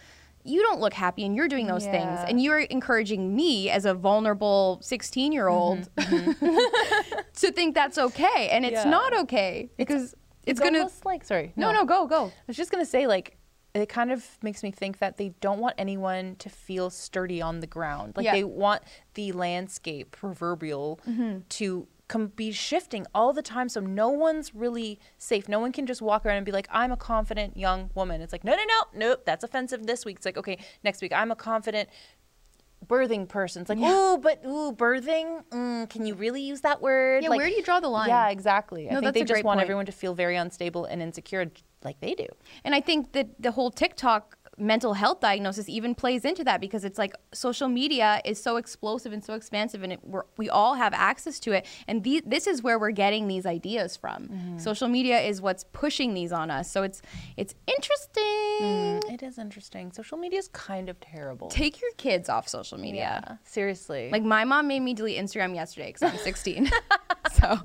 Speaker 2: you don't look happy and you're doing those
Speaker 1: Yeah.
Speaker 2: things. And you're encouraging me as a vulnerable 16 year
Speaker 1: Mm-hmm.
Speaker 2: old to think that's okay and it's
Speaker 1: Yeah.
Speaker 2: not okay because it's, gonna
Speaker 1: almost like sorry.
Speaker 2: no no go go
Speaker 1: I was just gonna say like. It kind of makes me think that they don't want anyone to feel sturdy on the ground. Like
Speaker 2: Yeah. Mm-hmm.
Speaker 1: they want the landscape proverbial to com- be shifting all the time, so no one's really safe. No one can just walk around and be like, "I'm a confident young woman." It's like, no, no, no, nope, that's offensive this week. It's like, okay, next week, I'm a confident birthing person. It's like, ooh, but ooh, birthing. Mm, can you really use that word?
Speaker 2: Yeah,
Speaker 1: Like-
Speaker 2: where do you draw the line?
Speaker 1: Yeah, exactly. I
Speaker 2: No,
Speaker 1: think
Speaker 2: that's
Speaker 1: they
Speaker 2: a
Speaker 1: just
Speaker 2: great
Speaker 1: want
Speaker 2: point.
Speaker 1: everyone to feel very unstable and insecure, j- like they do.
Speaker 2: and i think that the whole tiktok mental health diagnosis even plays into that because it's like social media is so explosive and so expansive and it, we're, we all have access to it and the, this is where we're getting these ideas from social media is what's pushing these on us so it's it's interesting Mm.
Speaker 1: Mm, It is interesting. Social media is kind of terrible.
Speaker 2: take your kids off social media
Speaker 1: seriously.
Speaker 2: like my mom made me delete instagram yesterday because i'm 16 so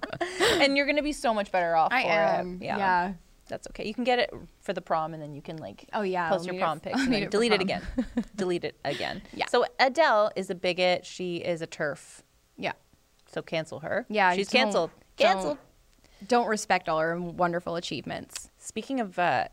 Speaker 1: and you're gonna be so much better off.
Speaker 2: I
Speaker 1: for
Speaker 2: am,
Speaker 1: It. Yeah.
Speaker 2: yeah.
Speaker 1: That's okay. You can get it for the prom, and then you can like
Speaker 2: Oh, yeah,
Speaker 1: post
Speaker 2: I'll
Speaker 1: your
Speaker 2: need it
Speaker 1: prom
Speaker 2: f-
Speaker 1: pics
Speaker 2: I'll
Speaker 1: and
Speaker 2: need
Speaker 1: then
Speaker 2: it for
Speaker 1: delete it
Speaker 2: prom.
Speaker 1: again. delete it again.
Speaker 2: Yeah.
Speaker 1: So Adele is a bigot. She is a turf.
Speaker 2: yeah
Speaker 1: So cancel her.
Speaker 2: Yeah,
Speaker 1: She's
Speaker 2: don't-
Speaker 1: canceled.
Speaker 2: don't-
Speaker 1: Canceled.
Speaker 2: Don't respect all her wonderful achievements.
Speaker 1: Speaking of uh,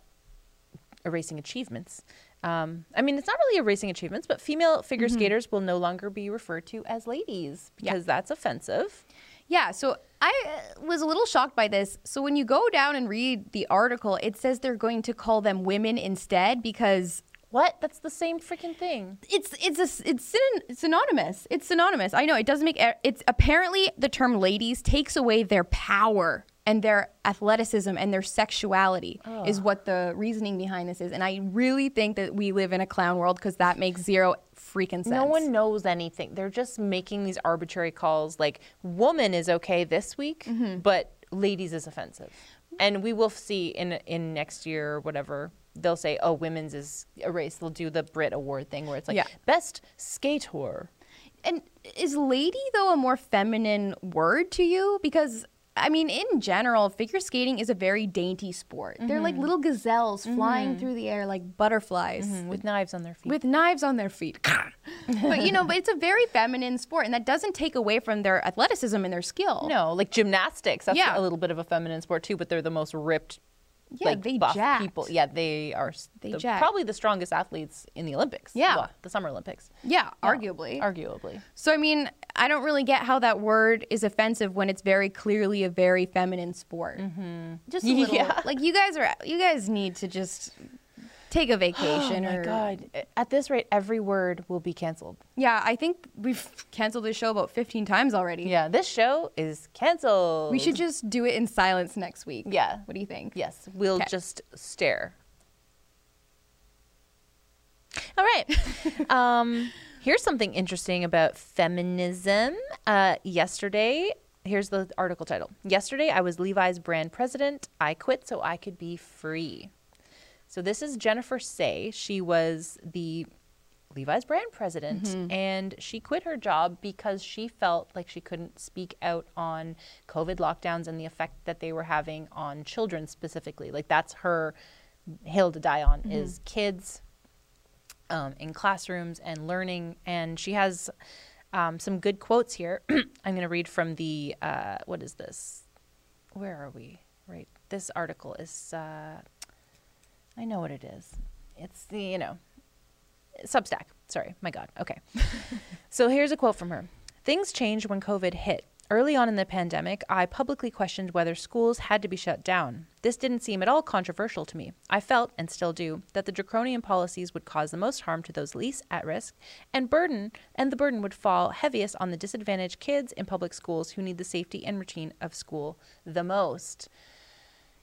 Speaker 1: erasing achievements. Um, I mean, it's not really erasing achievements, but female figure skaters will no longer be referred to as ladies
Speaker 2: Mm-hmm. Yeah.
Speaker 1: because that's offensive.
Speaker 2: Yeah, so I uh, was a little shocked by this. So when you go down and read the article, it says they're going to call them women instead because
Speaker 1: What? That's the same freaking thing.
Speaker 2: it's it's a s- it's syn- synonymous. It's synonymous. I know it doesn't make e- it's apparently the term ladies takes away their power and their athleticism and their sexuality is what the reasoning behind this is. And I really think that we live in a clown world because that makes zero freaking sense.
Speaker 1: No one knows anything. They're just making these arbitrary calls like woman is okay this week,
Speaker 2: Mm-hmm.
Speaker 1: but ladies is offensive. And we will see in in next year or whatever, they'll say, oh, women's is erased. They'll do the Brit Award thing where it's like
Speaker 2: Yeah.
Speaker 1: best skater.
Speaker 2: And is lady though a more feminine word to you? Because I mean, in general, figure skating is a very dainty sport. They're like little gazelles flying through the air like butterflies
Speaker 1: With knives on their feet.
Speaker 2: with knives on their feet. but you know, but it's a very feminine sport, and that doesn't take away from their athleticism and their skill.
Speaker 1: no, like gymnastics. That's
Speaker 2: Yeah.
Speaker 1: a little bit of a feminine sport too, but they're the most ripped,
Speaker 2: Yeah,
Speaker 1: like
Speaker 2: they
Speaker 1: buff
Speaker 2: jacked.
Speaker 1: people. Yeah, they are s-
Speaker 2: They
Speaker 1: the-
Speaker 2: jacked.
Speaker 1: probably the strongest athletes in the Olympics.
Speaker 2: Yeah.
Speaker 1: Well, the Summer Olympics.
Speaker 2: Yeah, arguably.
Speaker 1: Arguably.
Speaker 2: so I mean, I don't really get how that word is offensive when it's very clearly a very feminine sport. Just a little,
Speaker 1: Mm-hmm. Yeah.
Speaker 2: like you guys are, you guys need to just take a vacation
Speaker 1: Oh my
Speaker 2: or
Speaker 1: god! At this rate, every word will be canceled.
Speaker 2: Yeah, I think we've canceled this show about 15 times already.
Speaker 1: Yeah, this show is canceled.
Speaker 2: We should just do it in silence next week.
Speaker 1: Yeah.
Speaker 2: What do you think?
Speaker 1: Yes, we'll
Speaker 2: 'Kay.
Speaker 1: just stare. All right. um, here's something interesting about feminism. Uh, yesterday, here's the article title. Yesterday, I was Levi's brand president. I quit so I could be free. So this is Jennifer Say. She was the Levi's brand president, and she quit her job because she felt like she couldn't speak out on COVID lockdowns and the effect that they were having on children specifically. Like that's her hill to die on is kids um, in classrooms and learning. And she has um, some good quotes here. I'm going to read from the uh, what is this? Where are we? Right, this article is. Uh, I know what it is. It's the, you know, Substack. Sorry, my God. Okay. so here's a quote from her Things changed when COVID hit. Early on in the pandemic, I publicly questioned whether schools had to be shut down. This didn't seem at all controversial to me. I felt, and still do, that the draconian policies would cause the most harm to those least at risk, and burden and the burden would fall heaviest on the disadvantaged kids in public schools who need the safety and routine of school the most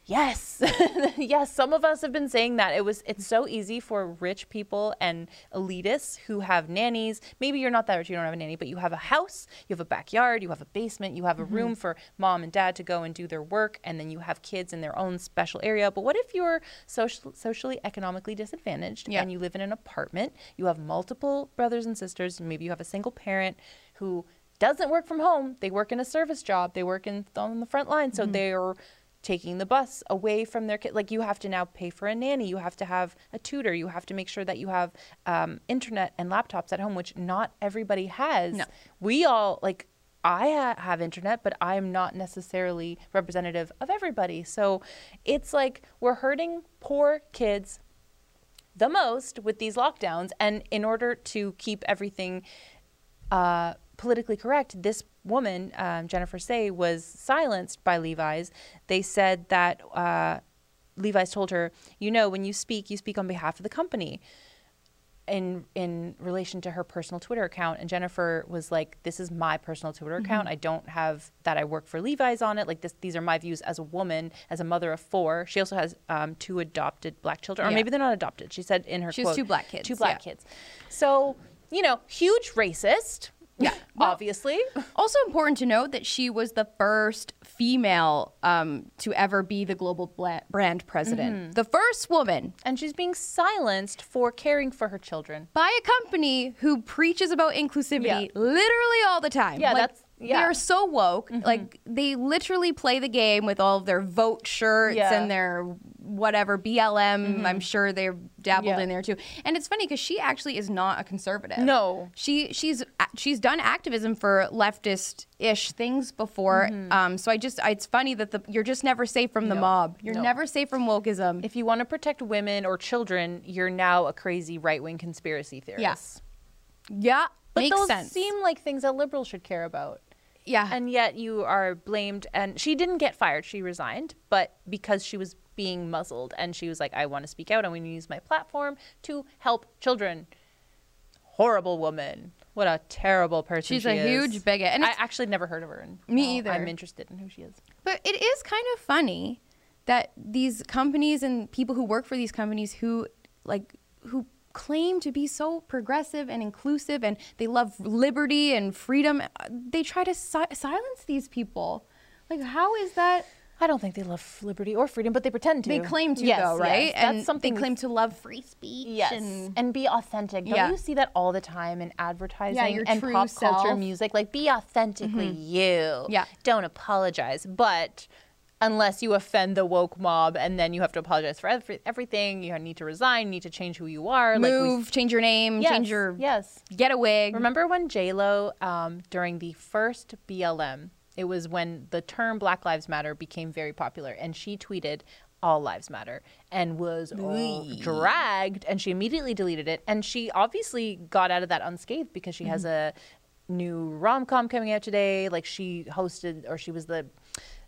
Speaker 1: yes yes some of us have been saying that it was it's so easy for rich people and elitists who have nannies maybe you're not that rich you don't have a nanny but you have a house you have a backyard you have a basement you have a room for mom and dad to go and do their work and then you have kids in their own special area but what if you're social, socially economically disadvantaged
Speaker 2: Yeah.
Speaker 1: and you live in an apartment you have multiple brothers and sisters and maybe you have a single parent who doesn't work from home. They work in a service job. They work in on the front line, so they're taking the bus away from their kid. Like you have to now pay for a nanny. You have to have a tutor. You have to make sure that you have um, internet and laptops at home, which not everybody has.
Speaker 2: No.
Speaker 1: We all like. I ha- have internet, but I'm not necessarily representative of everybody. So it's like we're hurting poor kids the most with these lockdowns. And in order to keep everything uh, politically correct, this woman, um, Jennifer Say, was silenced by Levi's. They said that uh, Levi's told her, you know, when you speak, you speak on behalf of the company. In, in relation to her personal Twitter account, and Jennifer was like, "This is my personal Twitter
Speaker 2: Mm-hmm.
Speaker 1: account. I don't have that. I work for Levi's on it. Like this, these are my views as a woman, as a mother of four. She also has um, two adopted black children, or
Speaker 2: Yeah.
Speaker 1: maybe they're not adopted. She said in her
Speaker 2: She has
Speaker 1: quote,
Speaker 2: two black kids,
Speaker 1: two black
Speaker 2: yeah.
Speaker 1: kids. So you know, huge racist.
Speaker 2: Yeah.
Speaker 1: obviously.
Speaker 2: Also important to note that she was the first female um, to ever be the global bla- brand president.
Speaker 1: Mm-hmm.
Speaker 2: The first woman
Speaker 1: And she's being silenced for caring for her children.
Speaker 2: by a company who preaches about inclusivity
Speaker 1: Yeah.
Speaker 2: literally all the time.
Speaker 1: Yeah,
Speaker 2: like,
Speaker 1: that's- yeah. Mm-hmm.
Speaker 2: They're so woke. Like they literally play the game with all of their vote shirts
Speaker 1: Yeah. Mm-hmm.
Speaker 2: and their whatever BLM. I'm sure they're dabbled
Speaker 1: Yeah.
Speaker 2: in there too. And it's funny because she actually is not a conservative.
Speaker 1: No.
Speaker 2: she she's she's done activism for leftist ish things before. Um, so I just it's funny that the you're just never safe from the
Speaker 1: Mm-hmm. No.
Speaker 2: mob. You're
Speaker 1: No.
Speaker 2: never safe from wokeism.
Speaker 1: If you want to protect women or children, you're now a crazy right wing conspiracy theorist.
Speaker 2: yeah,
Speaker 1: But
Speaker 2: makes
Speaker 1: those
Speaker 2: sense.
Speaker 1: seem like things that liberals should care about.
Speaker 2: yeah,
Speaker 1: And yet you are blamed. And she didn't get fired, she resigned, but because she was being muzzled and she was like, I want to speak out. I want to use my platform to help children. Horrible woman. What a terrible person
Speaker 2: She's
Speaker 1: she
Speaker 2: a
Speaker 1: is.
Speaker 2: huge bigot. And
Speaker 1: I
Speaker 2: it's-
Speaker 1: actually never heard of her. And
Speaker 2: Me
Speaker 1: now
Speaker 2: either.
Speaker 1: I'm interested in who she is.
Speaker 2: But it is kind of funny that these companies and people who work for these companies who like who claim to be so progressive and inclusive and they love liberty and freedom, uh, they try to si- silence these people. Like how is that?
Speaker 1: I don't think they love liberty or freedom, but they pretend to.
Speaker 2: They claim to
Speaker 1: Yes,
Speaker 2: though,
Speaker 1: yes.
Speaker 2: right?
Speaker 1: That's
Speaker 2: and
Speaker 1: something
Speaker 2: they claim to love free speech.
Speaker 1: Yes, and,
Speaker 2: and-
Speaker 1: be authentic. Don't
Speaker 2: Yeah.
Speaker 1: you see that all the time in advertising
Speaker 2: your
Speaker 1: and
Speaker 2: true
Speaker 1: pop culture
Speaker 2: self. Mm-hmm.
Speaker 1: music? Like, be authentically you.
Speaker 2: Yeah.
Speaker 1: Don't apologize, but unless you offend the woke mob, and then you have to apologize for every, everything. You need to resign. You need to change who you are.
Speaker 2: move, change your name,
Speaker 1: Yes,
Speaker 2: change your
Speaker 1: yes.
Speaker 2: get a wig.
Speaker 1: Remember when J Lo um, during the first BLM? It was when the term Black Lives Matter became very popular, and she tweeted "All Lives Matter" and was dragged, and she immediately deleted it. And she obviously got out of that unscathed because she has
Speaker 2: Mm-hmm.
Speaker 1: a new rom com coming out today. Like she hosted, or she was the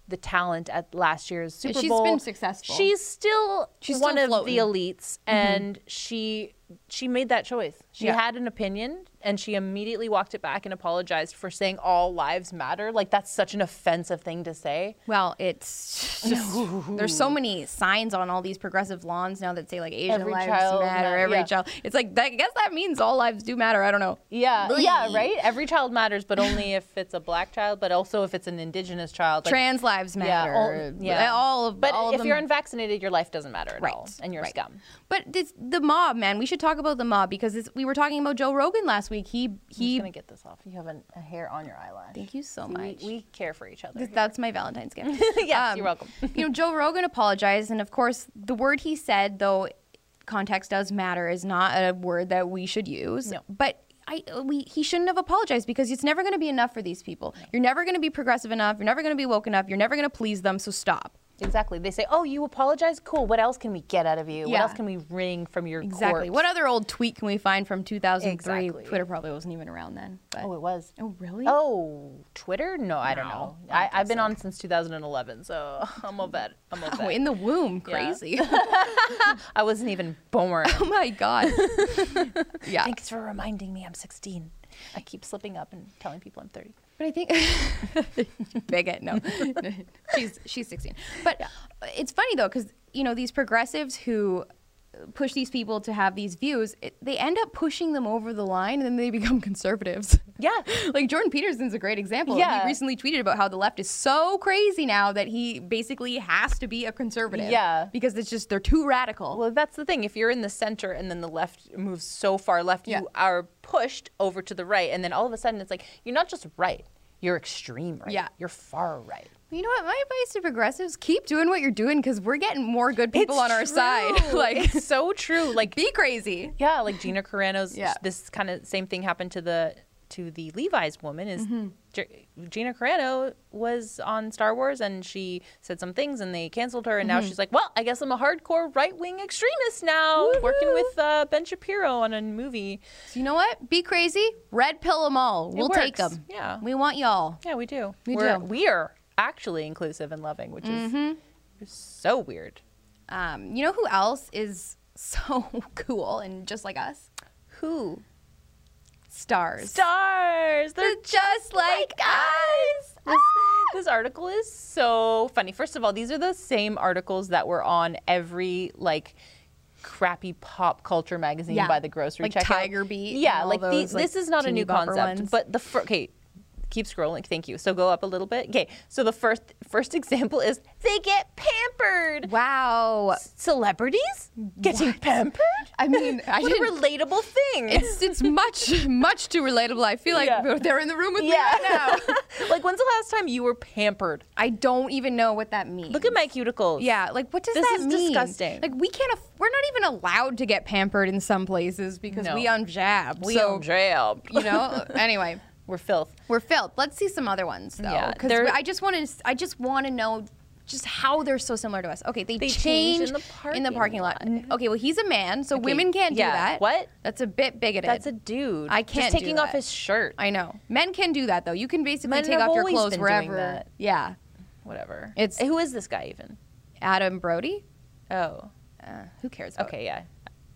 Speaker 1: the talent at last year's Super
Speaker 2: she's
Speaker 1: Bowl.
Speaker 2: been successful.
Speaker 1: She's still
Speaker 2: She's
Speaker 1: one
Speaker 2: still
Speaker 1: of the
Speaker 2: floating.
Speaker 1: elites and she she made that choice she
Speaker 2: Mm-hmm. Yeah.
Speaker 1: had an opinion and she immediately walked it back and apologized for saying all lives matter like that's such an offensive thing to say
Speaker 2: Well, it's just, there's so many signs on all these progressive lawns now that say like Asian
Speaker 1: Every
Speaker 2: lives
Speaker 1: child
Speaker 2: matter,
Speaker 1: matter,
Speaker 2: every
Speaker 1: yeah.
Speaker 2: child. It's like that, I guess that means all lives do matter. I don't know.
Speaker 1: yeah
Speaker 2: Really?
Speaker 1: yeah right every child matters but only if it's a black child but also if it's an indigenous child like,
Speaker 2: Trans lives matter.
Speaker 1: all, yeah.
Speaker 2: all of
Speaker 1: but
Speaker 2: all of
Speaker 1: if
Speaker 2: them.
Speaker 1: you're unvaccinated your life doesn't matter at all
Speaker 2: Right,
Speaker 1: and you're
Speaker 2: right.
Speaker 1: scum
Speaker 2: but this, the mob, man, we should talk about the mob because it's, we were talking about Joe Rogan last week. He
Speaker 1: he's
Speaker 2: he.
Speaker 1: gonna get this off you have an, a hair on your eyelash
Speaker 2: Thank you so
Speaker 1: we,
Speaker 2: much.
Speaker 1: we care for each other Um,
Speaker 2: Th-
Speaker 1: here.
Speaker 2: That's my Valentine's gift.
Speaker 1: Yes, you're welcome.
Speaker 2: you know, Joe Rogan apologized, and of course, the word he said, though context does matter, is not a word that we should use.
Speaker 1: No.
Speaker 2: But I, we, he shouldn't have apologized because it's never going to be enough for these people. You're never going to be progressive enough. You're never going to be woke enough. You're never going to please them. So stop.
Speaker 1: Exactly. They say, "Oh, you apologize. Cool. What else can we get out of you? What
Speaker 2: Yeah.
Speaker 1: else can we wring from your
Speaker 2: Exactly.
Speaker 1: corpse?"
Speaker 2: What other old tweet can we find from 2003?
Speaker 1: Exactly.
Speaker 2: Twitter probably wasn't even around then. But.
Speaker 1: Oh, it was.
Speaker 2: Oh, really?
Speaker 1: Oh, Twitter? No, I don't
Speaker 2: No,
Speaker 1: know.
Speaker 2: I don't
Speaker 1: I, I've
Speaker 2: think
Speaker 1: been
Speaker 2: so.
Speaker 1: on since 2011, so I'm a vet. I'm a vet.
Speaker 2: Oh, in the womb.
Speaker 1: Yeah.
Speaker 2: Crazy.
Speaker 1: I wasn't even born.
Speaker 2: oh my God. yeah.
Speaker 1: Thanks for reminding me I'm 16. I keep slipping up and telling people I'm 30.
Speaker 2: But I think bigot. No, she's she's 16. But it's funny though, because you know these progressives who push these people to have these views, it, they end up pushing them over the line, and then they become conservatives.
Speaker 1: Yeah.
Speaker 2: like Jordan Peterson's a great example.
Speaker 1: Yeah.
Speaker 2: He recently tweeted about how the left is so crazy now that he basically has to be a conservative.
Speaker 1: Yeah.
Speaker 2: Because it's just they're too radical.
Speaker 1: Well, that's the thing. If you're in the center and then the left moves so far left,
Speaker 2: Yeah.
Speaker 1: you are pushed over to the right, and then all of a sudden it's like you're not just right. You're extreme right.
Speaker 2: Yeah.
Speaker 1: You're far right.
Speaker 2: You know what? My advice to progressives: keep doing what you're doing because we're getting more good people on our side.
Speaker 1: true.
Speaker 2: like,
Speaker 1: it's so true. Like
Speaker 2: be crazy.
Speaker 1: yeah, like Gina Carano's
Speaker 2: Yeah.
Speaker 1: this kind of same thing happened to the to the Levi's woman is
Speaker 2: Mm-hmm.
Speaker 1: G- Gina Carano was on Star Wars and she said some things and they canceled her and
Speaker 2: Mm-hmm.
Speaker 1: now she's like, well, I guess I'm a hardcore right wing extremist now, working with uh, Ben Shapiro on a movie.
Speaker 2: So you know what? Be crazy. Red pill them all. We'll take
Speaker 1: works.
Speaker 2: them.
Speaker 1: Yeah.
Speaker 2: We want y'all.
Speaker 1: Yeah, we do.
Speaker 2: We
Speaker 1: We're-
Speaker 2: do. Mm-hmm.
Speaker 1: We are actually inclusive and loving, which is so weird.
Speaker 2: Um, you know who else is so cool and just like us?
Speaker 1: Who
Speaker 2: Stars.
Speaker 1: stars? They're
Speaker 2: They're just like us.
Speaker 1: this, this article is so funny. First of all, these are the same articles that were on every like crappy pop culture magazine
Speaker 2: Yeah.
Speaker 1: by the grocery
Speaker 2: Like
Speaker 1: checkout.
Speaker 2: Tiger Beat
Speaker 1: Yeah,
Speaker 2: and all
Speaker 1: like the-
Speaker 2: those, like,
Speaker 1: this is not a
Speaker 2: teeny
Speaker 1: new
Speaker 2: bopper
Speaker 1: concept,
Speaker 2: ones.
Speaker 1: but the fir- okay, keep scrolling. Thank you. So go up a little bit. Okay. So the first first example is they get pampered.
Speaker 2: Wow.
Speaker 1: Celebrities getting pampered.
Speaker 2: I mean, I
Speaker 1: what a
Speaker 2: didn't.
Speaker 1: relatable thing.
Speaker 2: It's it's much much too relatable. I feel like
Speaker 1: Yeah.
Speaker 2: they're in the room with me
Speaker 1: yeah.
Speaker 2: right now.
Speaker 1: like when's the last time you were pampered?
Speaker 2: I don't even know what that means.
Speaker 1: Look at my cuticles.
Speaker 2: Yeah, like what does
Speaker 1: This
Speaker 2: that
Speaker 1: is
Speaker 2: mean?
Speaker 1: disgusting.
Speaker 2: Like we can't. Aff- we're not even allowed to get pampered in some places because
Speaker 1: No.
Speaker 2: we unjab.
Speaker 1: We
Speaker 2: so,
Speaker 1: so, jail.
Speaker 2: You know. anyway,
Speaker 1: We're filth.
Speaker 2: we're filled. Let's see some other ones though.
Speaker 1: Yeah,
Speaker 2: Because
Speaker 1: they're-
Speaker 2: I just want to. I just want to know just how they're so similar to us. Okay, they,
Speaker 1: They change
Speaker 2: change,
Speaker 1: in the
Speaker 2: in the
Speaker 1: parking
Speaker 2: parking lot. N- Okay, well he's a man, so women can't do
Speaker 1: yeah,
Speaker 2: that.
Speaker 1: what?
Speaker 2: That's a bit bigoted.
Speaker 1: That's a dude.
Speaker 2: I can't
Speaker 1: Just
Speaker 2: do
Speaker 1: taking off
Speaker 2: that.
Speaker 1: his shirt.
Speaker 2: I know. Men can do that though. You can basically
Speaker 1: Men
Speaker 2: take
Speaker 1: have
Speaker 2: off your
Speaker 1: always
Speaker 2: clothes
Speaker 1: been doing
Speaker 2: wherever.
Speaker 1: that.
Speaker 2: Yeah.
Speaker 1: Whatever.
Speaker 2: It's-
Speaker 1: who is this guy even?
Speaker 2: Adam Brody.
Speaker 1: Oh.
Speaker 2: Uh, who cares? About
Speaker 1: Okay. Yeah.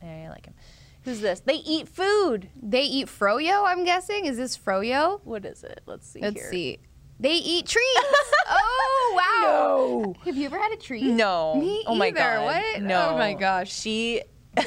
Speaker 1: Yeah, I like him. Who's this? They eat food.
Speaker 2: They eat froyo. I'm guessing. Is this froyo?
Speaker 1: What is it? Let's see.
Speaker 2: Let's
Speaker 1: here.
Speaker 2: see. They eat trees. oh wow!
Speaker 1: No.
Speaker 2: Have you ever had a tree?
Speaker 1: No.
Speaker 2: Me
Speaker 1: oh my
Speaker 2: either.
Speaker 1: god.
Speaker 2: What?
Speaker 1: No.
Speaker 2: Oh my gosh.
Speaker 1: She.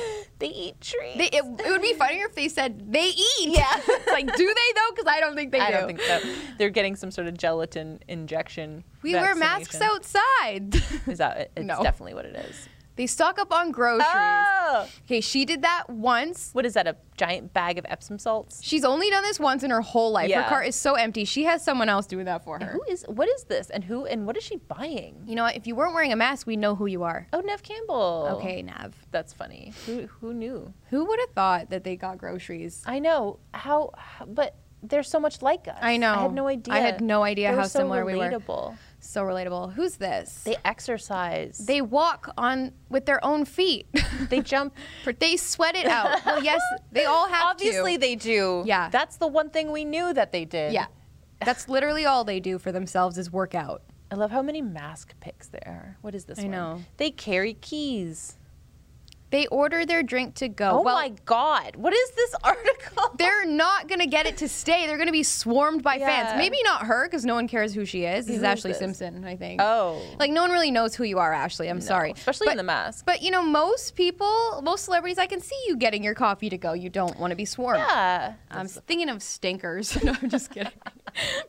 Speaker 1: they eat trees.
Speaker 2: They, it, it would be funnier if they said they eat.
Speaker 1: Yeah.
Speaker 2: It's like, do they though? Because I don't think they
Speaker 1: I
Speaker 2: do.
Speaker 1: don't think so. They're getting some sort of gelatin injection.
Speaker 2: We wear masks
Speaker 1: vaccination.
Speaker 2: outside.
Speaker 1: Is that it? It's
Speaker 2: No.
Speaker 1: definitely what it is.
Speaker 2: they stock up on groceries.
Speaker 1: Oh!
Speaker 2: Okay, she did that once.
Speaker 1: What is that? A giant bag of Epsom salts?
Speaker 2: She's only done this once in her whole life. Her
Speaker 1: Yeah.
Speaker 2: cart is so empty. She has someone else doing that for her.
Speaker 1: Who is? What is this? And who? And what is she buying?
Speaker 2: You know what? If you weren't wearing a mask, we'd know who you are.
Speaker 1: Oh, Nev Campbell.
Speaker 2: Okay, Nav.
Speaker 1: That's funny. Who who knew?
Speaker 2: Who would have thought that they got groceries?
Speaker 1: I know how, how but they're so much like us.
Speaker 2: I know.
Speaker 1: I had no idea.
Speaker 2: I had no idea
Speaker 1: They were
Speaker 2: how
Speaker 1: so
Speaker 2: similar we were.
Speaker 1: relatable.
Speaker 2: So relatable. Who's this?
Speaker 1: They exercise.
Speaker 2: They walk on with their own feet.
Speaker 1: they jump.
Speaker 2: they sweat it out. Well, yes, they all have
Speaker 1: Obviously,
Speaker 2: to.
Speaker 1: they do.
Speaker 2: Yeah.
Speaker 1: That's the one thing we knew that they did.
Speaker 2: yeah. That's literally all they do for themselves is work out.
Speaker 1: I love how many mask picks there are. What is this
Speaker 2: I
Speaker 1: one?
Speaker 2: know.
Speaker 1: They carry keys.
Speaker 2: They order their drink to go.
Speaker 1: Oh
Speaker 2: well,
Speaker 1: my God. What is this article?
Speaker 2: they're not going to get it to stay. They're going to be swarmed by
Speaker 1: Yeah.
Speaker 2: fans. Maybe not her because no one cares who she is. This
Speaker 1: Who
Speaker 2: is
Speaker 1: is
Speaker 2: Ashley
Speaker 1: this?
Speaker 2: Simpson, I think.
Speaker 1: Oh.
Speaker 2: Like no one really knows who you are, Ashley. I'm
Speaker 1: No,
Speaker 2: sorry.
Speaker 1: especially in
Speaker 2: But-
Speaker 1: the mask.
Speaker 2: But you know, most people, most celebrities, I can see you getting your coffee to go. You don't want to be swarmed.
Speaker 1: Yeah.
Speaker 2: I'm thinking of stinkers. no, I'm just kidding.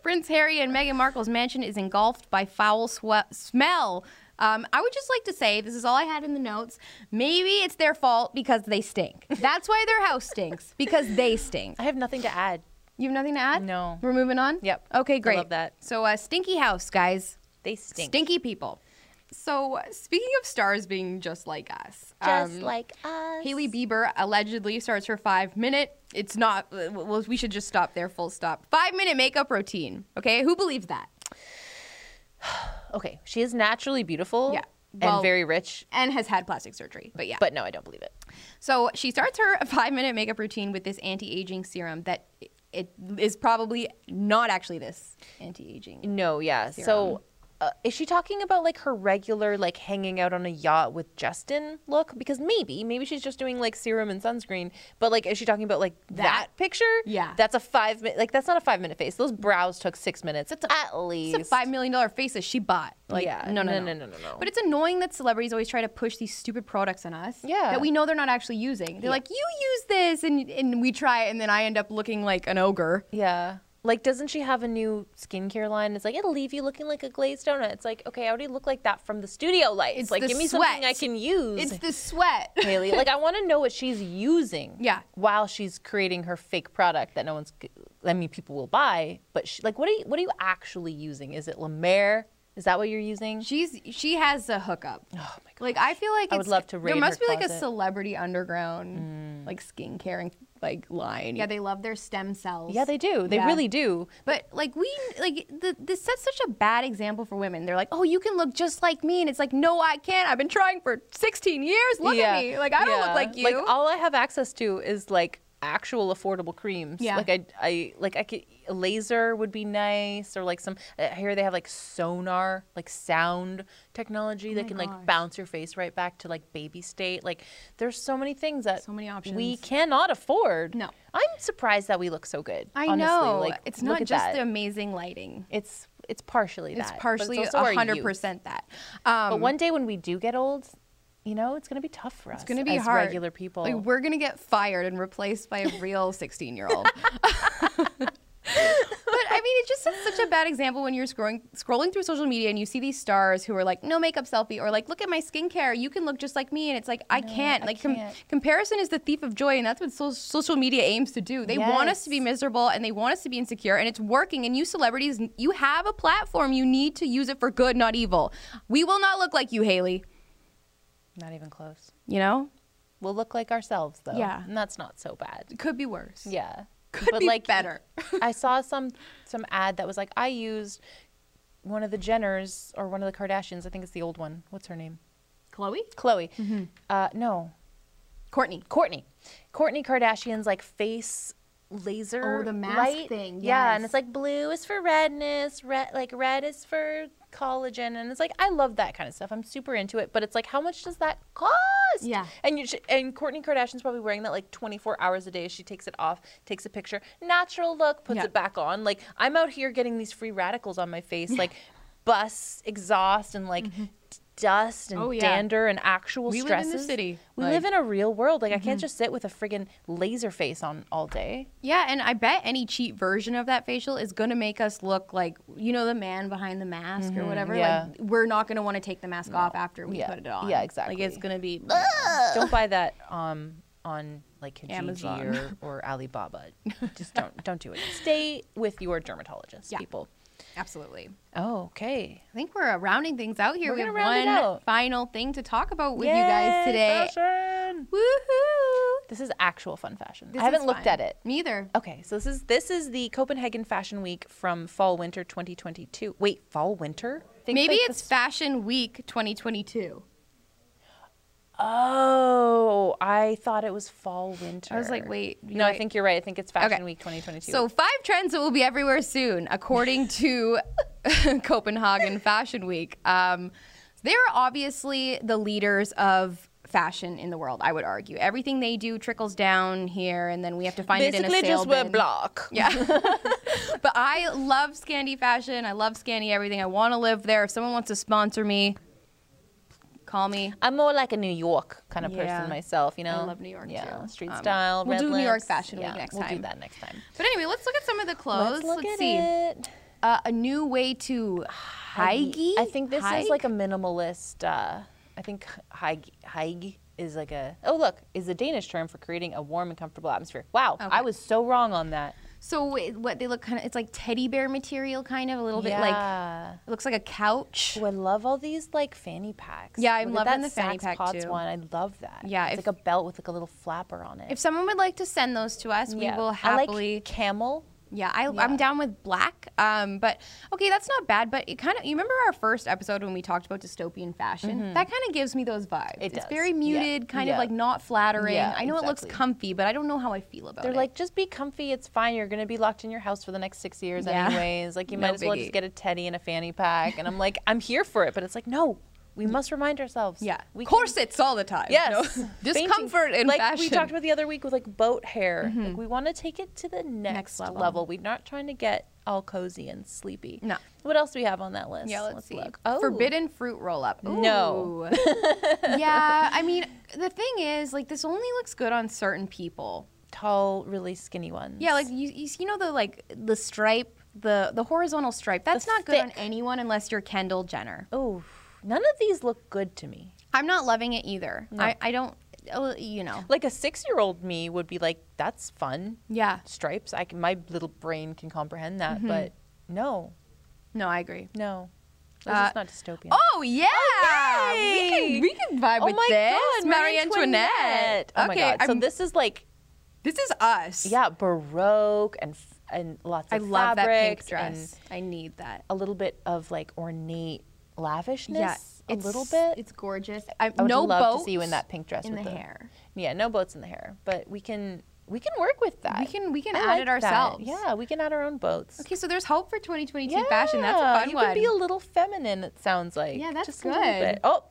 Speaker 2: Prince Harry and Meghan Markle's mansion is engulfed by foul swe- smell. Um, I would just like to say this is all I had in the notes. Maybe it's their fault because they stink. That's why their house stinks because they stink.
Speaker 1: I have nothing to add.
Speaker 2: You have nothing to add?
Speaker 1: No.
Speaker 2: We're moving on.
Speaker 1: Yep. I
Speaker 2: Okay,
Speaker 1: love
Speaker 2: great.
Speaker 1: that.
Speaker 2: So, uh, stinky house, guys.
Speaker 1: They stink.
Speaker 2: Stinky people. So, uh, speaking of stars being just like us,
Speaker 1: Just
Speaker 2: um,
Speaker 1: like us.
Speaker 2: Haley Bieber allegedly starts her five minute. It's not. Well, we should just stop there. Full stop. Five minute makeup routine. Okay, who believes that?
Speaker 1: Okay. She is naturally beautiful
Speaker 2: Yeah. Well-
Speaker 1: and very rich.
Speaker 2: And has had plastic surgery. But yeah.
Speaker 1: But no, I don't believe it.
Speaker 2: so she starts her five minute makeup routine with this anti aging serum that i- it is probably not actually this anti aging.
Speaker 1: No, yeah. So, uh, is she talking about like her regular like hanging out on a yacht with Justin look? Because maybe, maybe she's just doing like serum and sunscreen. But like, is she talking about like that, picture?
Speaker 2: Yeah.
Speaker 1: that's a five minute. Like, that's not a five minute face. Those brows took six minutes. That's at least
Speaker 2: It's a five million dollar face that she bought. Like
Speaker 1: Yeah.
Speaker 2: no, no, no,
Speaker 1: No, no, no, no, no.
Speaker 2: But it's annoying that celebrities always try to push these stupid products on us.
Speaker 1: Yeah.
Speaker 2: That we know they're not actually using. They're like, you use this, and and we try, it, and then I end up looking like an ogre.
Speaker 1: Yeah. Like, doesn't she have a new skincare line? It's like it'll leave you looking like a glazed donut. It's like, okay, I already look like that from the studio lights.
Speaker 2: It's
Speaker 1: like,
Speaker 2: the
Speaker 1: give me something I
Speaker 2: sweat.
Speaker 1: can use.
Speaker 2: It's the sweat.
Speaker 1: Haley. Like, I want to know what she's using.
Speaker 2: Yeah.
Speaker 1: While she's creating her fake product that no one's, g- I mean, people will buy. But she, like, what are you, what are you actually using? Is it La Mer? Is that what you're using?
Speaker 2: She's she has a hookup.
Speaker 1: oh my god.
Speaker 2: Like I feel like
Speaker 1: I would
Speaker 2: it's,
Speaker 1: love to
Speaker 2: There
Speaker 1: raid her
Speaker 2: must be like a
Speaker 1: closet. Mm.
Speaker 2: celebrity underground like skincare and like line. Yeah, they love their stem cells.
Speaker 1: Yeah, they do. They
Speaker 2: Yeah.
Speaker 1: really do.
Speaker 2: But like we like the, this sets such a bad example for women. They're like, oh, you can look just like me, and it's like, no, I can't. I've been trying for 16 years. Look at me. Like I don't
Speaker 1: Yeah.
Speaker 2: look like you.
Speaker 1: Like all I have access to is like actual affordable creams.
Speaker 2: Yeah.
Speaker 1: Like I, I like I could a laser would be nice or like some I hear they have like sonar like sound technology that
Speaker 2: Oh my
Speaker 1: can
Speaker 2: gosh.
Speaker 1: like bounce your face right back to like baby state. Like there's so many things that
Speaker 2: So many
Speaker 1: we
Speaker 2: options.
Speaker 1: cannot afford.
Speaker 2: No.
Speaker 1: I'm surprised that we look so good.
Speaker 2: I
Speaker 1: honestly.
Speaker 2: know.
Speaker 1: Like,
Speaker 2: it's
Speaker 1: look
Speaker 2: not
Speaker 1: at
Speaker 2: just
Speaker 1: that.
Speaker 2: the amazing lighting.
Speaker 1: It's it's partially that.
Speaker 2: It's
Speaker 1: but
Speaker 2: partially
Speaker 1: also our youth.
Speaker 2: 100% that. Um,
Speaker 1: But one day when we do get old, you know, it's gonna be tough for us.
Speaker 2: It's gonna be
Speaker 1: as
Speaker 2: hard.
Speaker 1: regular people.
Speaker 2: Like we're gonna get fired and replaced by a real sixteen year old. But I mean, it just sets such a bad example when you're scrolling scrolling through social media and you see these stars who are like no makeup selfie or like look at my skincare you can look just like me and it's like I can't
Speaker 1: I
Speaker 2: like
Speaker 1: can't.
Speaker 2: comparison is the thief of joy and that's what so- social media aims to do they want us to be
Speaker 1: Yes.
Speaker 2: miserable and they want us to be insecure and it's working and you celebrities you have a platform you need to use it for good not evil we will not look like you Haley
Speaker 1: Not even close.
Speaker 2: you know
Speaker 1: We'll look like ourselves though.
Speaker 2: Yeah.
Speaker 1: And that's not so bad.
Speaker 2: could be worse
Speaker 1: Yeah.
Speaker 2: Could be better.
Speaker 1: I saw some some ad that was like, I used one of the Jenners or one of the Kardashians. I think it's the old one. What's her name?
Speaker 2: Chloe
Speaker 1: Chloe.
Speaker 2: Mm-hmm.
Speaker 1: Uh, no,
Speaker 2: Courtney
Speaker 1: Courtney. Courtney Kardashian's like face laser.
Speaker 2: Oh, the mask
Speaker 1: light.
Speaker 2: thing,
Speaker 1: Yeah, and
Speaker 2: yes.
Speaker 1: it's like blue is for redness, red like red is for collagen, and it's like I love that kind of stuff. I'm super into it, but it's like how much does that cost?
Speaker 2: Yeah.
Speaker 1: And you sh- and Courtney Kardashian's probably wearing that like 24 hours a day. She takes it off, takes a picture, natural look, puts
Speaker 2: Yeah.
Speaker 1: it back on. Like I'm out here getting these free radicals on my face, like bus exhaust and like. d- Dust and
Speaker 2: Mm-hmm. Oh, yeah.
Speaker 1: dander and actual
Speaker 2: We live in
Speaker 1: stresses.
Speaker 2: the city,
Speaker 1: We
Speaker 2: like- Mm-hmm.
Speaker 1: live in a real world. Like I can't just sit with a friggin' laser face on all day.
Speaker 2: Yeah, and I bet any cheap version of that facial is going to make us look like, you know, the man behind the mask or whatever.
Speaker 1: Mm-hmm, yeah.
Speaker 2: Like, we're not going to want to take the mask off after we
Speaker 1: Yeah,
Speaker 2: put it on.
Speaker 1: yeah,
Speaker 2: Like, it's
Speaker 1: exactly.
Speaker 2: going to be.
Speaker 1: Don't buy that um, on like Kijiji
Speaker 2: Amazon.
Speaker 1: or, or Alibaba. just don't don't do it. Stay with your dermatologist,
Speaker 2: Yeah.
Speaker 1: people.
Speaker 2: Absolutely.
Speaker 1: Oh, okay.
Speaker 2: I think we're uh, rounding things out here.
Speaker 1: We're
Speaker 2: we
Speaker 1: gonna
Speaker 2: have
Speaker 1: round it
Speaker 2: one
Speaker 1: out. oh,
Speaker 2: final thing to talk about with you guys
Speaker 1: Yay,
Speaker 2: today.
Speaker 1: fashion!
Speaker 2: Woohoo!
Speaker 1: This is actual fun fashion.
Speaker 2: This
Speaker 1: I haven't
Speaker 2: is
Speaker 1: looked
Speaker 2: fun.
Speaker 1: at it.
Speaker 2: Neither.
Speaker 1: Okay, so this is this is the Copenhagen Fashion Week from fall winter 2022. Wait, fall winter? Think
Speaker 2: Maybe
Speaker 1: like
Speaker 2: it's
Speaker 1: this-
Speaker 2: Fashion Week 2022.
Speaker 1: Oh, I thought it was fall winter.
Speaker 2: like, wait,
Speaker 1: No,
Speaker 2: you're
Speaker 1: I
Speaker 2: right.
Speaker 1: think you're right. I think it's Fashion
Speaker 2: Okay.
Speaker 1: Week 2022.
Speaker 2: So, five trends that will be everywhere soon, according to Copenhagen Fashion Week. Um, they're obviously the leaders of fashion in the world, I would argue. Everything they do trickles down here, and then we have to find it in a
Speaker 1: basically,
Speaker 2: sale
Speaker 1: just wear
Speaker 2: bin.
Speaker 1: black.
Speaker 2: Yeah. but I love Scandi fashion. I love Scandi everything. I want to live there. If someone wants to sponsor me, call me.
Speaker 1: I'm more like a New York kind of
Speaker 2: Yeah.
Speaker 1: person myself. You know,
Speaker 2: I love New York,
Speaker 1: Yeah,
Speaker 2: too.
Speaker 1: street
Speaker 2: Um,
Speaker 1: style.
Speaker 2: we'll
Speaker 1: red
Speaker 2: do New York
Speaker 1: lips.
Speaker 2: Fashion Week
Speaker 1: Yeah,
Speaker 2: next
Speaker 1: We'll do
Speaker 2: time.
Speaker 1: that next time.
Speaker 2: But anyway, let's look at some of the clothes.
Speaker 1: Let's look at
Speaker 2: see.
Speaker 1: it.
Speaker 2: Uh, a new way to hike.
Speaker 1: I think this is like a minimalist. Uh, I think Heige Heige is like a oh look is a Danish term for creating a warm and comfortable atmosphere. Wow, I
Speaker 2: Okay.
Speaker 1: was so wrong on that.
Speaker 2: So it- what they look kind of it's like teddy bear material kind of a little bit like
Speaker 1: Yeah.
Speaker 2: it looks like a couch.
Speaker 1: Ooh, I love all these like fanny packs.
Speaker 2: Yeah, I'm
Speaker 1: Look at
Speaker 2: loving
Speaker 1: that
Speaker 2: the fanny
Speaker 1: Saks
Speaker 2: pack,
Speaker 1: Potts
Speaker 2: too.
Speaker 1: one. I love that.
Speaker 2: Yeah,
Speaker 1: it's
Speaker 2: if-
Speaker 1: like a belt with like a little flapper on it.
Speaker 2: If someone would like to send those to us,
Speaker 1: Yeah.
Speaker 2: we will
Speaker 1: I
Speaker 2: happily.
Speaker 1: like camel.
Speaker 2: yeah, I,
Speaker 1: Yeah.
Speaker 2: I'm down with black. Um, but okay, that's not bad. But it kind of you remember our first episode when we talked about dystopian fashion? That kind of gives me those vibes.
Speaker 1: Mm-hmm. It
Speaker 2: it's
Speaker 1: does.
Speaker 2: very
Speaker 1: Yeah.
Speaker 2: muted, kind
Speaker 1: Yeah.
Speaker 2: of like not flattering.
Speaker 1: Yeah,
Speaker 2: I know it looks
Speaker 1: exactly.
Speaker 2: comfy, but I don't know how I feel about
Speaker 1: They're
Speaker 2: it.
Speaker 1: like, just be comfy. It's fine. You're going to be locked in your house for the next six years,
Speaker 2: Yeah.
Speaker 1: anyways. Like, you
Speaker 2: No
Speaker 1: might as well just
Speaker 2: biggie.
Speaker 1: get a teddy and a fanny pack. And I'm like, I'm here for it. But it's like, no, we must remind ourselves.
Speaker 2: Mm. yeah,
Speaker 1: We can-
Speaker 2: corsets all the time.
Speaker 1: Yes.
Speaker 2: No?
Speaker 1: Fainting.
Speaker 2: discomfort in
Speaker 1: like
Speaker 2: fashion. Mm-hmm.
Speaker 1: we talked about the other week with like boat hair. Like, we want to take it to the next,
Speaker 2: level.
Speaker 1: level. We're not trying to get all cozy and sleepy.
Speaker 2: No.
Speaker 1: What else do we have on that list?
Speaker 2: Yeah, let's, see.
Speaker 1: Oh,
Speaker 2: Forbidden fruit roll up.
Speaker 1: No.
Speaker 2: yeah, I mean, the thing is, like, this only looks good on certain people.
Speaker 1: Oh, Tall, really skinny ones.
Speaker 2: Yeah, like you, you, you know the like the stripe, the the horizontal stripe. That's not good on
Speaker 1: thick.
Speaker 2: anyone unless you're Kendall Jenner.
Speaker 1: oh, none of these look good to me.
Speaker 2: I'm not loving it either. I, I don't. oh, You know.
Speaker 1: Like a six year old me would be like, that's fun.
Speaker 2: Yeah.
Speaker 1: stripes. I can, my little brain can comprehend
Speaker 2: Mm-hmm.
Speaker 1: that, but no,
Speaker 2: No, I agree.
Speaker 1: no, this
Speaker 2: Uh,
Speaker 1: is not dystopian. Oh
Speaker 2: Oh yeah, we
Speaker 1: yay!
Speaker 2: can we can vibe with this. Marie Antoinette.
Speaker 1: Oh my god! So
Speaker 2: I'm-
Speaker 1: this is like
Speaker 2: this is us.
Speaker 1: yeah, baroque and f- and lots
Speaker 2: I
Speaker 1: of
Speaker 2: love that pink
Speaker 1: fabrics
Speaker 2: dress. I need that.
Speaker 1: and a little bit of like ornate lavishness.
Speaker 2: Yeah,
Speaker 1: a
Speaker 2: it's-
Speaker 1: little bit.
Speaker 2: It's gorgeous. I,
Speaker 1: I would
Speaker 2: no
Speaker 1: love
Speaker 2: boats
Speaker 1: to see you in that pink dress
Speaker 2: in
Speaker 1: with
Speaker 2: the hair.
Speaker 1: Yeah, no boats in the hair, but we can we can work with that.
Speaker 2: We can we can
Speaker 1: I
Speaker 2: add
Speaker 1: like
Speaker 2: it
Speaker 1: that.
Speaker 2: ourselves.
Speaker 1: Yeah, we can add our own boats.
Speaker 2: Okay, so there's hope for 2022 fashion. That's a
Speaker 1: Yeah,
Speaker 2: fun
Speaker 1: you
Speaker 2: one.
Speaker 1: can be a little feminine. It sounds like.
Speaker 2: Yeah, that's
Speaker 1: Just a little bit.
Speaker 2: good.
Speaker 1: Oh,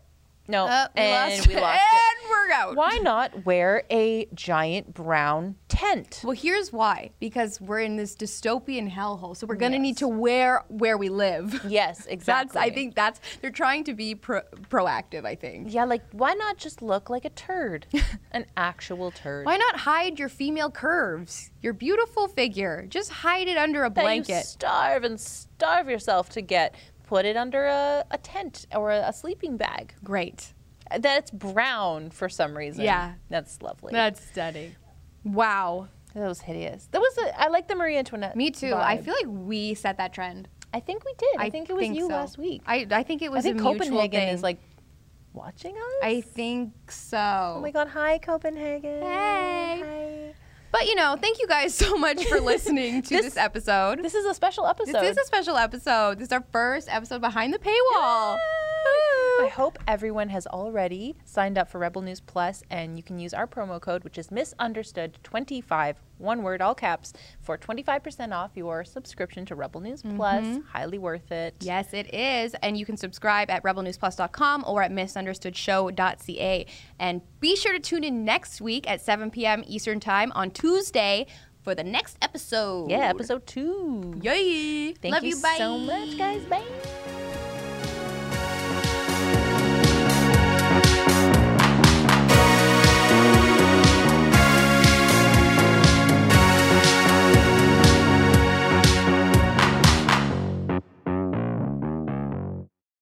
Speaker 1: No.
Speaker 2: Oh, we
Speaker 1: and
Speaker 2: lost
Speaker 1: we
Speaker 2: it.
Speaker 1: lost it.
Speaker 2: and we're out.
Speaker 1: Why not wear a giant brown tent?
Speaker 2: Well, here's why. Because we're in this dystopian hellhole, so we're gonna
Speaker 1: Yes.
Speaker 2: need to wear where we live.
Speaker 1: Yes,
Speaker 2: That's.
Speaker 1: exactly.
Speaker 2: I think that's. They're trying to be pro- proactive. I think.
Speaker 1: Yeah, like why not just look like a turd, an actual turd?
Speaker 2: Why not hide your female curves? Your beautiful figure. Just hide it under a
Speaker 1: that You
Speaker 2: blanket.
Speaker 1: starve and starve yourself to get. Put it under a, a tent or a, a sleeping bag.
Speaker 2: Great.
Speaker 1: That's brown for some reason.
Speaker 2: Yeah.
Speaker 1: that's lovely.
Speaker 2: That's stunning. Wow.
Speaker 1: that was hideous. That was. A, I like the Marie Antoinette.
Speaker 2: Me too. I
Speaker 1: vibe.
Speaker 2: feel like we set that trend.
Speaker 1: I think we did. I, think it was you
Speaker 2: so.
Speaker 1: last week.
Speaker 2: I, I think it was
Speaker 1: I think
Speaker 2: a
Speaker 1: Copenhagen
Speaker 2: mutual thing.
Speaker 1: is like watching us.
Speaker 2: I think so.
Speaker 1: oh my god! Hi, Copenhagen.
Speaker 2: Hey.
Speaker 1: Hi.
Speaker 2: But you know, thank you guys so much for listening to this,
Speaker 1: This-
Speaker 2: episode.
Speaker 1: This is a special episode.
Speaker 2: This is a special episode. This is our first episode behind the paywall. Woo!
Speaker 1: I hope everyone has already signed up for Rebel News Plus, and you can use our promo code, which is misunderstood25, one word, all caps, for 25% off your subscription to Rebel News Plus.
Speaker 2: Mm-hmm.
Speaker 1: Highly worth it.
Speaker 2: Yes, it is. And you can subscribe at rebelnewsplus.com or at misunderstoodshow.ca. And be sure to tune in next week at 7 p.m. Eastern Time on Tuesday for the next episode.
Speaker 1: Yeah, episode two.
Speaker 2: Yay!
Speaker 1: Thank
Speaker 2: Love you. Bye.
Speaker 1: so much, guys. Bye.